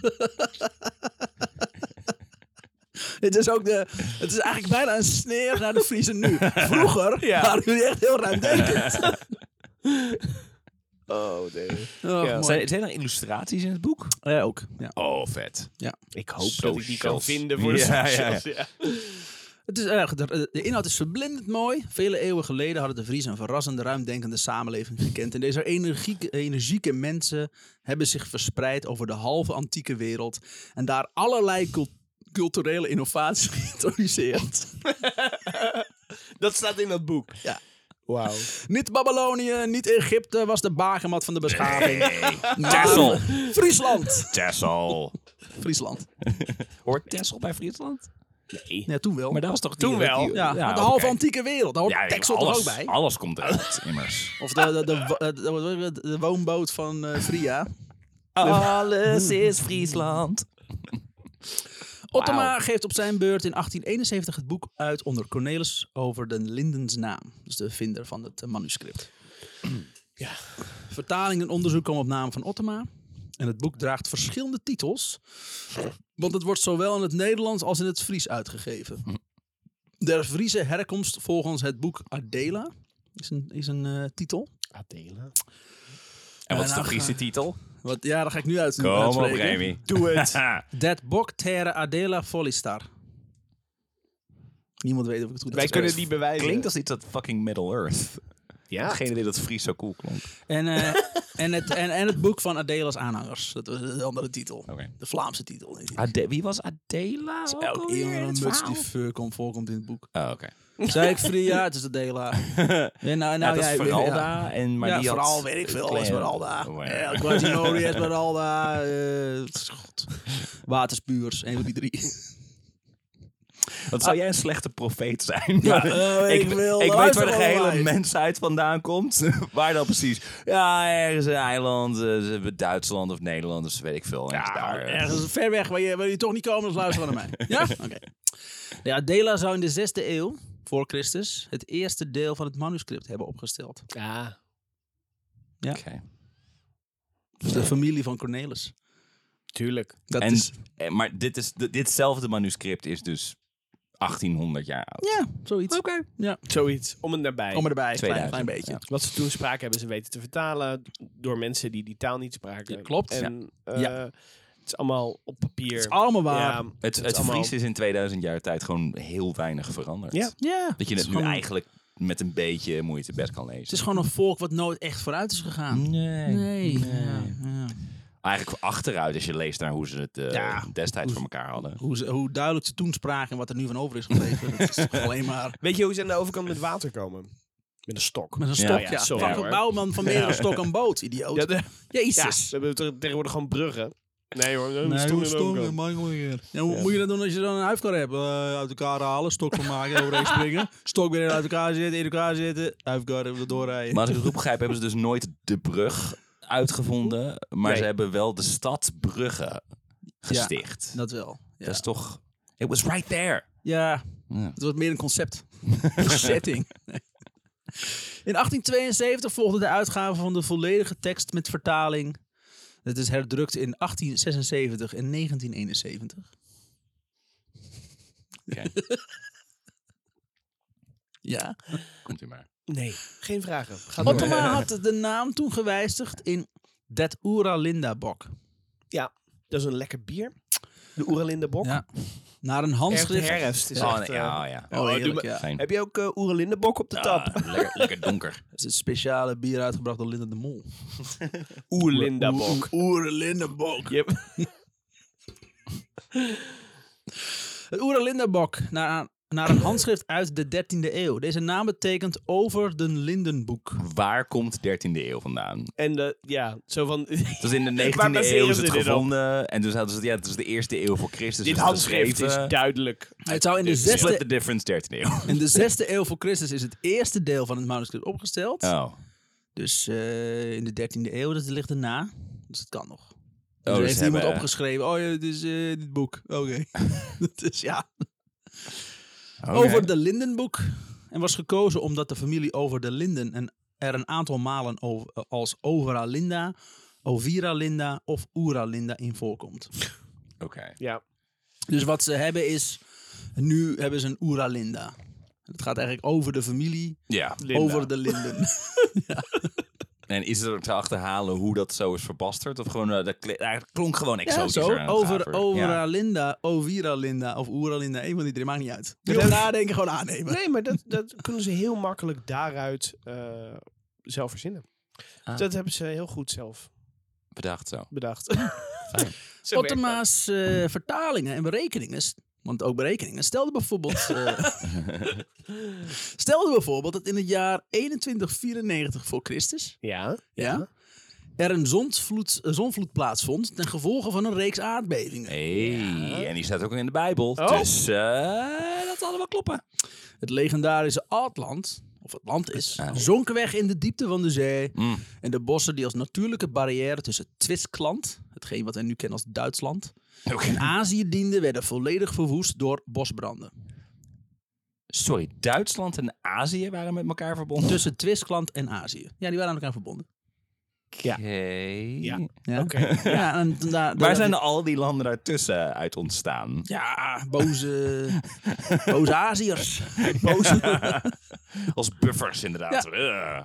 [SPEAKER 2] Het is ook de... Het is eigenlijk bijna een sneer naar de Vriezen nu. Vroeger
[SPEAKER 1] Ja.
[SPEAKER 2] waren jullie echt heel ruimdenkend.
[SPEAKER 1] Oh, nee.
[SPEAKER 2] Oh,
[SPEAKER 1] Ja.
[SPEAKER 2] mooi.
[SPEAKER 3] Zijn, zijn er illustraties in het boek?
[SPEAKER 2] Ja, ook. Ja.
[SPEAKER 3] Oh, vet.
[SPEAKER 2] ja.
[SPEAKER 1] Ik hoop dat ik die kan
[SPEAKER 3] Socials.
[SPEAKER 1] vinden voor de
[SPEAKER 3] Ja, ja, ja.
[SPEAKER 1] socials. Ja.
[SPEAKER 2] Het is erg. De, de inhoud is verblindend mooi. Vele eeuwen geleden hadden de Vriezen een verrassende, ruimdenkende samenleving gekend. En deze energieke, energieke mensen hebben zich verspreid over de halve antieke wereld. En daar allerlei cul- culturele innovaties geïntroduceerd.
[SPEAKER 1] Dat staat in dat boek.
[SPEAKER 2] Ja.
[SPEAKER 1] Wauw.
[SPEAKER 2] Niet Babylonië, niet Egypte was de bagenmat van de beschaving. Maar
[SPEAKER 3] Texel.
[SPEAKER 2] Friesland.
[SPEAKER 3] Texel.
[SPEAKER 2] Friesland.
[SPEAKER 3] Hoort Texel bij Friesland? Nee.
[SPEAKER 2] Ja, toen wel.
[SPEAKER 3] Maar dat was toch
[SPEAKER 1] Toen
[SPEAKER 3] die-
[SPEAKER 1] wel.
[SPEAKER 3] die-
[SPEAKER 2] ja,
[SPEAKER 3] ja,
[SPEAKER 2] maar de halve
[SPEAKER 3] oké.
[SPEAKER 2] antieke wereld. Daar hoort
[SPEAKER 3] Ja,
[SPEAKER 2] Texel
[SPEAKER 3] alles,
[SPEAKER 2] er ook bij.
[SPEAKER 3] Alles komt eruit, immers.
[SPEAKER 2] Of de, de, de, de, de- de woonboot van eh Fria.
[SPEAKER 3] Alles is Friesland.
[SPEAKER 2] Ottoma geeft op zijn beurt in 1871 het boek uit onder Cornelis over de Lindens naam. Dus de vinder van het eh, manuscript.
[SPEAKER 1] Ja.
[SPEAKER 2] Vertaling en onderzoek komen op naam van Ottoma. En het boek draagt verschillende titels. Want het wordt zowel in het Nederlands als in het Fries uitgegeven. Der Friese herkomst volgens het boek Adela is een, is een eh, titel.
[SPEAKER 1] Adela.
[SPEAKER 3] En wat is de
[SPEAKER 2] nou,
[SPEAKER 3] Friese titel?
[SPEAKER 2] Wat, ja, daar ga ik nu uit.
[SPEAKER 3] Kom op,
[SPEAKER 2] uitspreken.
[SPEAKER 3] Remy.
[SPEAKER 1] Doe het.
[SPEAKER 2] Dat bok terre Adela Folistar. Niemand weet of ik het goed
[SPEAKER 1] Wij
[SPEAKER 2] heb.
[SPEAKER 1] kunnen het niet bewijzen.
[SPEAKER 3] Klinkt als iets dat fucking Middle Earth.
[SPEAKER 1] Ja.
[SPEAKER 3] Geen idee dat Fries zo cool klonk.
[SPEAKER 2] En, eh, en, het, en, en het boek van Adela's aanhangers. Dat was een andere titel.
[SPEAKER 3] Oké.
[SPEAKER 2] De Vlaamse titel.
[SPEAKER 3] Ade- Wie was Adela? ook
[SPEAKER 2] Elk
[SPEAKER 3] alweer in het
[SPEAKER 2] iemand muts die Nou
[SPEAKER 3] verhaal?
[SPEAKER 2] fur komt, voorkomt in het boek.
[SPEAKER 3] Oh, oké.
[SPEAKER 2] Zei ik vrij, ja, het is Adela. Ja, nou, nou,
[SPEAKER 3] Ja, dat is
[SPEAKER 2] jij- ja.
[SPEAKER 3] Veralda. En, maar
[SPEAKER 2] ja,
[SPEAKER 3] die had-
[SPEAKER 2] vooral weet ik veel. Esmeralda.
[SPEAKER 3] Oh, ja.
[SPEAKER 2] Ja, Quasimori, Esmeralda. eh, God. Waterspuurs, een van die drie.
[SPEAKER 3] Wat zou jij een slechte profeet zijn?
[SPEAKER 2] Ja, eh, ik wil
[SPEAKER 3] ik weet
[SPEAKER 2] eruit
[SPEAKER 3] waar de
[SPEAKER 2] van
[SPEAKER 3] gehele
[SPEAKER 2] onderwijs.
[SPEAKER 3] mensheid vandaan komt. waar dan precies? Ja, ergens een eiland. eh, Duitsland of Nederland. Dus weet ik veel. Ergens daar. eh.
[SPEAKER 2] Ergens ver weg waar je, waar je toch niet komen, dus luister gewoon naar mij. Ja? Oké. Ja, Dela zou in de 6e eeuw voor Christus het eerste deel van het manuscript hebben opgesteld.
[SPEAKER 1] Ja.
[SPEAKER 3] Oké.
[SPEAKER 2] Dus de familie van Cornelis.
[SPEAKER 1] Tuurlijk.
[SPEAKER 2] Dat
[SPEAKER 3] En,
[SPEAKER 2] is,
[SPEAKER 3] eh, maar dit is, dit- ditzelfde manuscript is dus 1800 jaar oud.
[SPEAKER 2] ja, zoiets. Oké. Ja,
[SPEAKER 1] Zoiets. Om en nabij.
[SPEAKER 2] kom erbij. Klein,
[SPEAKER 3] 2000,
[SPEAKER 2] klein beetje.
[SPEAKER 3] ja.
[SPEAKER 1] Wat ze toen spraken hebben ze weten te vertalen door mensen die die taal niet spraken.
[SPEAKER 2] Ja, klopt.
[SPEAKER 1] En, eh,
[SPEAKER 2] Ja.
[SPEAKER 1] Het is allemaal op papier.
[SPEAKER 2] Het is allemaal waar. Ja.
[SPEAKER 1] Ja,
[SPEAKER 3] Het, het,
[SPEAKER 1] allemaal-
[SPEAKER 3] Fries is in 2000 jaar tijd gewoon heel weinig veranderd.
[SPEAKER 1] Ja.
[SPEAKER 3] Dat je
[SPEAKER 2] is
[SPEAKER 3] het nu
[SPEAKER 2] gewoon-
[SPEAKER 3] eigenlijk met een beetje moeite best kan lezen.
[SPEAKER 2] Het is gewoon een volk wat nooit echt vooruit is gegaan.
[SPEAKER 3] Nee.
[SPEAKER 2] Nee. Ja, ja.
[SPEAKER 3] Eigenlijk achteruit als je leest naar hoe ze het eh,
[SPEAKER 2] Ja.
[SPEAKER 3] destijds voor elkaar hadden.
[SPEAKER 2] Hoe, ze, hoe duidelijk ze toen spraken en wat er nu van over is gebleven. dat is toch alleen maar...
[SPEAKER 1] Weet je hoe ze aan de overkant met water komen? Met een stok.
[SPEAKER 2] Met een
[SPEAKER 3] Ja,
[SPEAKER 2] stok,
[SPEAKER 1] ja,
[SPEAKER 2] ja.
[SPEAKER 1] sorry,
[SPEAKER 2] Frank
[SPEAKER 1] hoor.
[SPEAKER 2] Bouwman van meerdere stok aan boot, idioot.
[SPEAKER 1] Ja, de- ja,
[SPEAKER 2] Jezus.
[SPEAKER 1] we hebben toch tegenwoordig gewoon bruggen. Nee hoor, een
[SPEAKER 2] Nee,
[SPEAKER 1] stoel
[SPEAKER 2] hoe
[SPEAKER 1] aan de overkant.
[SPEAKER 2] stom, Michael weer. Ja, hoe moet je dat doen als je dan een huifkar hebt? Eh, uit elkaar halen, stok van maken, overheen springen. Stok weer uit elkaar zitten, in elkaar zitten. Huifkar even doorrijden.
[SPEAKER 3] Maar als ik het goed begrijp, hebben ze dus nooit de brug uitgevonden. Maar
[SPEAKER 1] Nee.
[SPEAKER 3] ze hebben wel de stad Brugge gesticht. dat,
[SPEAKER 2] dat wel. Ja.
[SPEAKER 3] is toch... It was right there.
[SPEAKER 2] ja,
[SPEAKER 3] Ja.
[SPEAKER 2] het wordt meer een concept. Een setting. In 1872 volgde de uitgave van de volledige tekst met vertaling. Het is herdrukt in 1876 en 1971.
[SPEAKER 3] Oké,
[SPEAKER 2] Ja.
[SPEAKER 3] komt u maar.
[SPEAKER 1] Nee, geen vragen. Ga door.
[SPEAKER 2] Ottoma had de naam toen gewijzigd in Dat Ura Linda Bok.
[SPEAKER 1] Ja, dat is een lekker bier. De Oeralinda Bok.
[SPEAKER 2] Ja. Naar een
[SPEAKER 1] Echt
[SPEAKER 2] handschrift.
[SPEAKER 1] herfst is
[SPEAKER 3] Oh,
[SPEAKER 1] echt,
[SPEAKER 3] nee,
[SPEAKER 1] eh,
[SPEAKER 3] ja, ja.
[SPEAKER 2] Oh, heerlijk,
[SPEAKER 1] doe
[SPEAKER 2] ja.
[SPEAKER 3] Fijn.
[SPEAKER 1] Heb je ook eh Oeralinda Bok op de tap?
[SPEAKER 3] Ah, lekker, lekker donker.
[SPEAKER 2] Het is een speciale bier uitgebracht door Linda de Mol.
[SPEAKER 1] Oeralinda Bok.
[SPEAKER 2] Oer Lindebok.
[SPEAKER 1] Yep.
[SPEAKER 2] Het Oer Lindebok, naar, naar een handschrift uit de 13e eeuw. Deze naam betekent over de Lindenboek.
[SPEAKER 3] Waar komt 13e eeuw vandaan?
[SPEAKER 1] En de, ja, zo van...
[SPEAKER 3] Dus in de
[SPEAKER 1] Waar
[SPEAKER 3] 19e
[SPEAKER 1] baseren
[SPEAKER 3] eeuw is
[SPEAKER 1] ze
[SPEAKER 3] het
[SPEAKER 1] dit op?
[SPEAKER 3] gevonden. En dus hadden ze het, ja, het is de eerste eeuw voor Christus.
[SPEAKER 1] Dit
[SPEAKER 3] is
[SPEAKER 1] handschrift is
[SPEAKER 3] geschreven.
[SPEAKER 1] duidelijk.
[SPEAKER 2] Het zou in de,
[SPEAKER 1] dus
[SPEAKER 3] Split the
[SPEAKER 2] zesde,
[SPEAKER 3] difference, 13e eeuw.
[SPEAKER 2] in de zesde eeuw voor Christus is het eerste deel van het manuscript opgesteld.
[SPEAKER 3] Oh.
[SPEAKER 2] Dus eh, in de 13e eeuw, dat ligt erna. Dus dat kan nog. Dus
[SPEAKER 3] dus
[SPEAKER 2] er heeft
[SPEAKER 3] ze
[SPEAKER 2] iemand
[SPEAKER 3] hebben-
[SPEAKER 2] opgeschreven, oh ja, dit is eh, dit boek. Oké. dat is ja.
[SPEAKER 3] Oké.
[SPEAKER 2] Over de Lindenboek. En was gekozen omdat de familie Over de Linden en er een aantal malen o- als Overa Linda, Ovira Linda of Ura Linda in voorkomt.
[SPEAKER 3] Oké.
[SPEAKER 1] Ja.
[SPEAKER 2] Dus wat ze hebben is, nu hebben ze een Ura Linda. Het gaat eigenlijk over de familie,
[SPEAKER 3] Ja.
[SPEAKER 1] Linda.
[SPEAKER 2] over de Linden.
[SPEAKER 3] En is er te achterhalen hoe dat zo is verbasterd? Of gewoon, eh, dat kli- eigenlijk klonk gewoon
[SPEAKER 2] ja,
[SPEAKER 3] exotischer.
[SPEAKER 2] zo.
[SPEAKER 3] en
[SPEAKER 2] Over
[SPEAKER 3] gaver.
[SPEAKER 2] Overa
[SPEAKER 1] eh,
[SPEAKER 3] Ja.
[SPEAKER 2] Linda, Ovira Linda of Ura Linda. Een van die drie, maakt niet uit. Niet over nadenken, gewoon aannemen.
[SPEAKER 1] Nee, maar dat, dat kunnen ze heel makkelijk daaruit eh, zelf verzinnen.
[SPEAKER 3] Ah.
[SPEAKER 1] Dat hebben ze heel goed zelf
[SPEAKER 3] Bedacht zo.
[SPEAKER 1] bedacht. Zo werkt dat.
[SPEAKER 2] Ottema's eh, vertalingen en berekeningen Want ook berekeningen. Stel dat bijvoorbeeld. eh, stel dat bijvoorbeeld dat in het jaar 2194 voor Christus.
[SPEAKER 1] Ja.
[SPEAKER 2] Ja. Er een zondvloed, een zonvloed plaatsvond ten gevolge van een reeks aardbevingen.
[SPEAKER 3] Hey, en die staat ook in de Bijbel.
[SPEAKER 1] Oh.
[SPEAKER 3] Dus eh, dat zal allemaal kloppen.
[SPEAKER 2] Het legendarische Atlant, of het Mm. land is, zonken weg in de diepte van de zee. En de bossen die als natuurlijke barrière tussen Twistland, hetgeen wat wij nu kennen als Duitsland, en Azië dienden, werden volledig verwoest door bosbranden.
[SPEAKER 3] Sorry, Duitsland en Azië waren met elkaar verbonden.
[SPEAKER 2] Tussen Twistland en Azië. Ja, die waren aan elkaar verbonden.
[SPEAKER 1] Ja.
[SPEAKER 3] Oké.
[SPEAKER 1] Ja.
[SPEAKER 2] Ja,
[SPEAKER 1] Oké.
[SPEAKER 2] ja en da- da-
[SPEAKER 3] Waar zijn al die landen daartussen uit ontstaan?
[SPEAKER 2] Ja, boze, boze Aziërs.
[SPEAKER 3] Als buffers inderdaad. Eh, Ugh.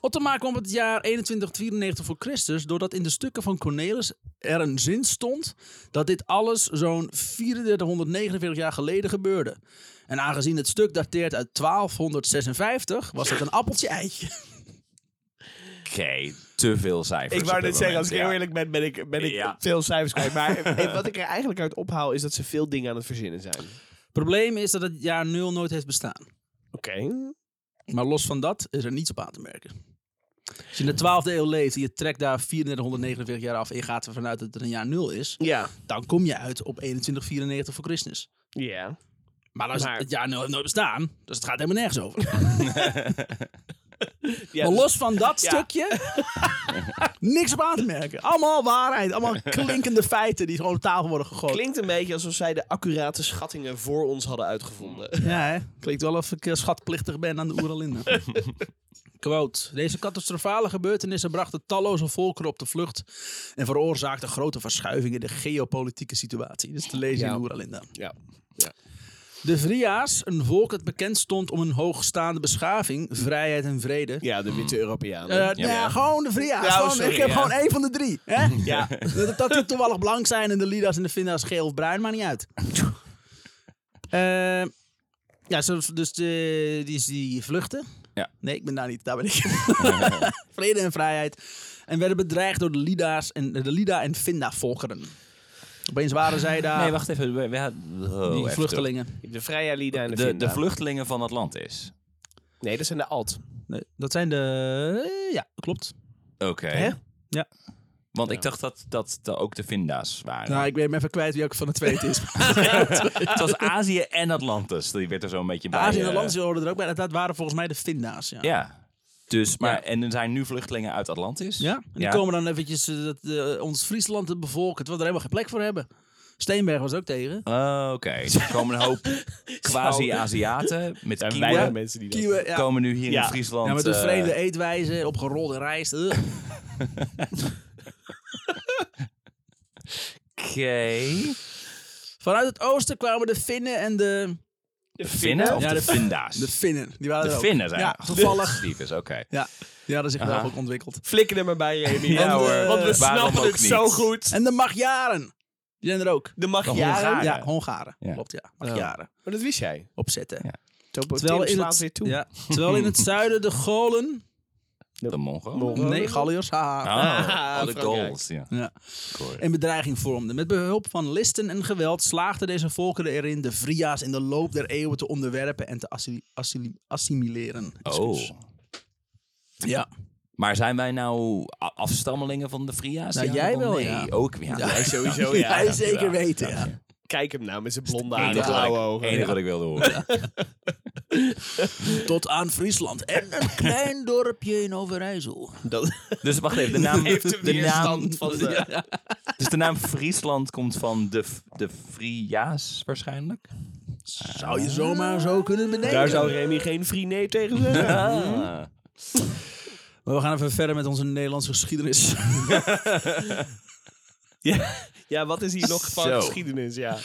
[SPEAKER 2] Ottoma kwam het jaar 2194 voor Christus doordat in de stukken van Cornelis er een zin stond dat dit alles zo'n 3449 jaar geleden gebeurde. En aangezien het stuk dateert uit 1256, was het een appeltje eitje.
[SPEAKER 3] Oké, te veel cijfers.
[SPEAKER 1] Ik wou
[SPEAKER 3] op
[SPEAKER 1] net
[SPEAKER 3] dit
[SPEAKER 1] zeggen, als ik
[SPEAKER 3] moment,
[SPEAKER 1] heel eerlijk
[SPEAKER 3] ja.
[SPEAKER 1] ben, ben ik, ben ik
[SPEAKER 3] Ja.
[SPEAKER 1] veel cijfers kwijt. Maar eh, wat ik er eigenlijk uit ophaal, is dat ze veel dingen aan het verzinnen zijn. Oké.
[SPEAKER 2] Probleem is dat het jaar 0 nooit heeft bestaan. Maar los van dat is er niets op aan te merken. Als je in de 12e eeuw leeft en je trekt daar 3449 jaar af en je gaat ervan uit dat er een jaar 0 is,
[SPEAKER 1] Ja.
[SPEAKER 2] dan kom je uit op 2194 voor Christus.
[SPEAKER 1] Ja.
[SPEAKER 2] Maar als
[SPEAKER 1] Maar-
[SPEAKER 2] het jaar nul heeft nooit bestaan, dus het gaat helemaal nergens over.
[SPEAKER 1] ja
[SPEAKER 2] maar
[SPEAKER 1] dus-
[SPEAKER 2] los van dat
[SPEAKER 1] Ja.
[SPEAKER 2] stukje, niks op aan te merken. Allemaal waarheid, allemaal klinkende feiten die gewoon op tafel worden gegooid.
[SPEAKER 1] klinkt een beetje alsof zij de accurate schattingen voor ons hadden uitgevonden.
[SPEAKER 2] Ja, hè? klinkt wel of ik eh, schatplichtig ben aan de Oeralinda. Quote. Deze catastrofale gebeurtenissen brachten talloze volkeren op de vlucht en veroorzaakten grote verschuivingen in de geopolitieke situatie. Dit is te lezen
[SPEAKER 1] Ja.
[SPEAKER 2] in de Oeralinda.
[SPEAKER 1] Ja.
[SPEAKER 2] De Vria's, een volk dat bekend stond om een hoogstaande beschaving, vrijheid en vrede,
[SPEAKER 1] Ja, de witte Europeanen.
[SPEAKER 2] Eh, nou ja, gewoon de Vria's.
[SPEAKER 1] Nou,
[SPEAKER 2] Gewoon-
[SPEAKER 1] sorry,
[SPEAKER 2] ik heb
[SPEAKER 1] ja.
[SPEAKER 2] gewoon één van de drie. Hè?
[SPEAKER 1] ja.
[SPEAKER 2] dat, dat die toevallig blank zijn en de Lida's en de Finda's geel of bruin, maakt niet uit. Eh, ja, zo- dus de, die, die vluchten.
[SPEAKER 3] Ja.
[SPEAKER 2] Nee, ik ben daar niet. Daar ben ik. Vrede en vrijheid. En werden bedreigd door de Lida's en eh, de Lida en Finda volkeren. Opeens waren zij daar.
[SPEAKER 3] Nee, wacht even. We, we hadden- oh, even
[SPEAKER 2] die
[SPEAKER 3] terug.
[SPEAKER 2] vluchtelingen.
[SPEAKER 1] De Vrije Lieden en de,
[SPEAKER 3] De,
[SPEAKER 1] Finda.
[SPEAKER 3] de vluchtelingen van Atlantis.
[SPEAKER 1] Nee, dat zijn de Alt.
[SPEAKER 2] Nee, dat zijn de. Ja, klopt.
[SPEAKER 3] Oké.
[SPEAKER 1] Hè?
[SPEAKER 2] Ja.
[SPEAKER 3] Want ik dacht dat dat de- ook de Vinda's waren.
[SPEAKER 2] Nou, ik ben hem even kwijt wie ook van de twee het is.
[SPEAKER 3] Het was Azië en Atlantis. Die werd er zo'n beetje bij.
[SPEAKER 2] Azië en
[SPEAKER 3] eh,
[SPEAKER 2] Atlantis hoorden er ook bij. Dat- Dat waren volgens mij de Finda's. Ja.
[SPEAKER 3] Ja. Dus, maar, En er zijn nu vluchtelingen uit Atlantis.
[SPEAKER 2] Ja, en die komen dan eventjes eh, dat, eh, ons Friesland te bevolken, terwijl we er helemaal geen plek voor hebben. Steenberg was er ook tegen.
[SPEAKER 3] Oh, Oké. Dus er komen een hoop quasi-Aziaten met
[SPEAKER 1] En
[SPEAKER 3] kieuwen.
[SPEAKER 1] wij zijn mensen die dat-
[SPEAKER 2] Kieuwen, ja.
[SPEAKER 3] Komen nu hier
[SPEAKER 1] Ja.
[SPEAKER 3] in Friesland.
[SPEAKER 2] ja, met een
[SPEAKER 3] eh,
[SPEAKER 2] vreemde eetwijze, opgerolde rijst. Eh. ugh.
[SPEAKER 3] Oké.
[SPEAKER 2] Vanuit het oosten kwamen de Finnen en de...
[SPEAKER 3] De Finnen of
[SPEAKER 2] Ja,
[SPEAKER 3] de
[SPEAKER 2] de-
[SPEAKER 3] Vinda's?
[SPEAKER 2] De Finnen, die waren
[SPEAKER 3] De
[SPEAKER 2] er ook.
[SPEAKER 3] Finnen zijn
[SPEAKER 2] Ja,
[SPEAKER 3] er.
[SPEAKER 2] toevallig.
[SPEAKER 3] Typisch, oké.
[SPEAKER 2] Ja, die hadden zichzelf ook ontwikkeld.
[SPEAKER 1] Flikker er maar bij, Remy.
[SPEAKER 3] Ja,
[SPEAKER 1] want,
[SPEAKER 2] hoor.
[SPEAKER 1] want we
[SPEAKER 3] Waarom
[SPEAKER 1] snappen
[SPEAKER 3] ook
[SPEAKER 1] het
[SPEAKER 3] niet?
[SPEAKER 1] zo goed.
[SPEAKER 2] En de Magyaren, die zijn er ook.
[SPEAKER 1] De
[SPEAKER 3] Hongaren.
[SPEAKER 1] Magyaren.
[SPEAKER 2] Ja, Hongaren,
[SPEAKER 3] Ja. Oh.
[SPEAKER 2] klopt ja. Magyaren,
[SPEAKER 1] Maar dat wist jij.
[SPEAKER 2] opzetten.
[SPEAKER 1] Topo
[SPEAKER 2] Terwijl,
[SPEAKER 1] Tim
[SPEAKER 2] in
[SPEAKER 1] slaat
[SPEAKER 2] het,
[SPEAKER 1] weer toe.
[SPEAKER 2] ja, terwijl in het zuiden de Golen...
[SPEAKER 3] De Mongolen.
[SPEAKER 1] Mongolen.
[SPEAKER 2] Nee, Galliërs, haha.
[SPEAKER 3] Oh,
[SPEAKER 1] Ah,
[SPEAKER 3] de
[SPEAKER 1] Frankrijk.
[SPEAKER 3] gold. Ja.
[SPEAKER 2] Ja.
[SPEAKER 3] Correct.
[SPEAKER 2] en bedreiging vormden. Met behulp van listen en geweld slaagden deze volkeren erin de Vria's in de loop der eeuwen te onderwerpen en te assi- assi- assimileren. Excuus.
[SPEAKER 3] Oh.
[SPEAKER 2] Ja.
[SPEAKER 3] Maar zijn wij nou a- afstammelingen van de Fria's?
[SPEAKER 2] Nou,
[SPEAKER 3] Ja,
[SPEAKER 2] jij
[SPEAKER 3] dan
[SPEAKER 2] wel,
[SPEAKER 3] nee.
[SPEAKER 2] ja.
[SPEAKER 3] Ook, ja.
[SPEAKER 2] Ja,
[SPEAKER 1] sowieso,
[SPEAKER 2] Jij
[SPEAKER 1] ja.
[SPEAKER 2] Hij zeker weten, ja.
[SPEAKER 1] Kijk hem nou met zijn blonde haren,
[SPEAKER 3] Enige wat ik-
[SPEAKER 1] blauwe ogen.
[SPEAKER 3] enige
[SPEAKER 1] Ja.
[SPEAKER 3] wat ik wilde horen.
[SPEAKER 2] Tot aan Friesland en een klein dorpje in Overijssel.
[SPEAKER 1] Dat
[SPEAKER 3] Dus wacht even, de naam...
[SPEAKER 1] heeft de
[SPEAKER 3] de naam
[SPEAKER 1] weerstand van de...
[SPEAKER 3] dus de naam Friesland komt van de, F- de Fria's waarschijnlijk?
[SPEAKER 2] Zou je zomaar zo kunnen bedenken.
[SPEAKER 1] Daar zou Remy geen vriendin tegen zeggen.
[SPEAKER 3] Ah.
[SPEAKER 2] Maar we gaan even verder met onze Nederlandse geschiedenis.
[SPEAKER 1] Ja, wat is hier nog van
[SPEAKER 3] Zo.
[SPEAKER 1] geschiedenis? Ja.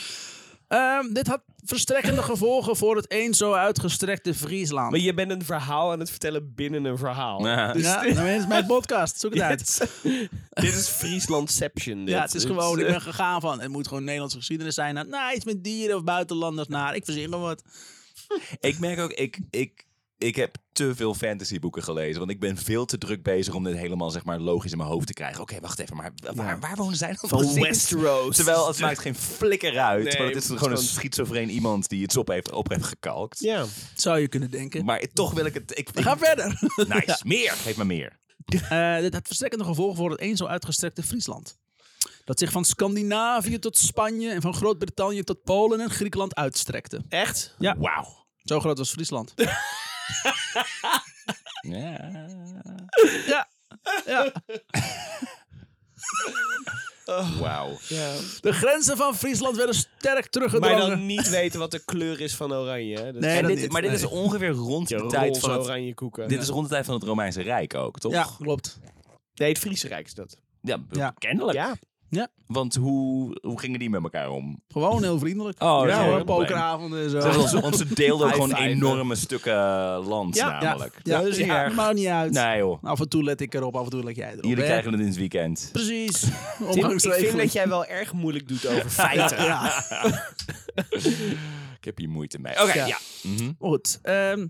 [SPEAKER 2] Ehm, dit had verstrekkende gevolgen voor het eens zo uitgestrekte Friesland.
[SPEAKER 1] Maar je bent een verhaal aan het vertellen binnen een verhaal.
[SPEAKER 3] Ja.
[SPEAKER 1] Dus
[SPEAKER 2] ja,
[SPEAKER 1] dit,
[SPEAKER 2] nou, dit is mijn podcast. Zoek het uit.
[SPEAKER 1] dit is Frieslandception. dit.
[SPEAKER 2] Ja, het is
[SPEAKER 1] Dit-
[SPEAKER 2] gewoon, ik ben gegaan van, het moet gewoon Nederlandse geschiedenis zijn. Nou, nou, iets met dieren of buitenlanders naar, ik verzin me wat.
[SPEAKER 3] Ik merk ook, ik, ik, ik heb te veel fantasyboeken gelezen. Want ik ben veel te druk bezig om dit helemaal zeg maar, logisch in mijn hoofd te krijgen. Oké, wacht even, maar wa- waar, waar wonen zij dan
[SPEAKER 1] Van
[SPEAKER 3] precies?
[SPEAKER 1] Westeros.
[SPEAKER 3] Terwijl het maakt geen flikker uit.
[SPEAKER 1] Nee,
[SPEAKER 3] maar het
[SPEAKER 1] het
[SPEAKER 3] is
[SPEAKER 1] is
[SPEAKER 3] gewoon een
[SPEAKER 1] gewoon-
[SPEAKER 3] schizofreen iemand die iets op heeft, op heeft gekalkt.
[SPEAKER 1] Ja.
[SPEAKER 2] Zou je kunnen denken.
[SPEAKER 3] Maar toch wil ik het... Ik,
[SPEAKER 2] We gaan verder.
[SPEAKER 3] Nice, meer. Geef me meer.
[SPEAKER 2] Eh, dit had verstrekkende gevolgen voor het eens zo uitgestrekte Friesland. Dat zich van Scandinavië tot Spanje en van Groot-Brittannië tot Polen en Griekenland uitstrekte.
[SPEAKER 1] Echt?
[SPEAKER 2] Ja.
[SPEAKER 3] Wauw.
[SPEAKER 2] Zo groot was Friesland.
[SPEAKER 3] Ja.
[SPEAKER 2] ja. ja.
[SPEAKER 3] Wauw.
[SPEAKER 1] Ja.
[SPEAKER 2] De grenzen van Friesland werden sterk
[SPEAKER 1] Maar
[SPEAKER 2] teruggedrongen.
[SPEAKER 1] dan niet weten wat de kleur is van oranje. Hè? Dat
[SPEAKER 2] Nee,
[SPEAKER 1] is
[SPEAKER 3] En
[SPEAKER 2] dat
[SPEAKER 3] dit,
[SPEAKER 2] niet.
[SPEAKER 3] maar dit
[SPEAKER 2] Nee.
[SPEAKER 3] is ongeveer rond
[SPEAKER 1] je
[SPEAKER 3] de tijd
[SPEAKER 1] roze
[SPEAKER 3] van het,
[SPEAKER 1] oranje koeken.
[SPEAKER 3] dit is rond de tijd van het Romeinse Rijk ook, toch?
[SPEAKER 2] Ja, klopt.
[SPEAKER 1] Nee, het Friese Rijk is dat.
[SPEAKER 3] Ja, b-
[SPEAKER 2] Ja.
[SPEAKER 3] kennelijk.
[SPEAKER 1] Ja.
[SPEAKER 3] Want hoe, hoe gingen die met elkaar om?
[SPEAKER 2] Gewoon heel vriendelijk.
[SPEAKER 3] Oh, dat is
[SPEAKER 2] ja,
[SPEAKER 3] geen
[SPEAKER 2] hoor,
[SPEAKER 3] probleem.
[SPEAKER 2] pokeravonden en zo.
[SPEAKER 3] Ze onze, onze deelden ook
[SPEAKER 1] High
[SPEAKER 3] gewoon
[SPEAKER 1] five.
[SPEAKER 3] enorme stukken eh, land
[SPEAKER 1] Ja, ja.
[SPEAKER 3] namelijk.
[SPEAKER 2] Ja,
[SPEAKER 3] Dat is niet
[SPEAKER 2] ja,
[SPEAKER 3] erg.
[SPEAKER 2] maakt niet uit.
[SPEAKER 3] Nee joh,
[SPEAKER 2] Af en toe let ik erop, af en toe let jij erop.
[SPEAKER 3] jullie
[SPEAKER 2] hè?
[SPEAKER 3] krijgen het in het weekend.
[SPEAKER 2] Precies.
[SPEAKER 1] Tim, ik vind
[SPEAKER 2] Omgangsregeling.
[SPEAKER 1] dat jij wel erg moeilijk doet over feiten.
[SPEAKER 2] Ja,
[SPEAKER 3] Ik heb hier moeite mee. Oké,
[SPEAKER 2] Ja.
[SPEAKER 3] ja. Mhm.
[SPEAKER 2] goed. Ehm,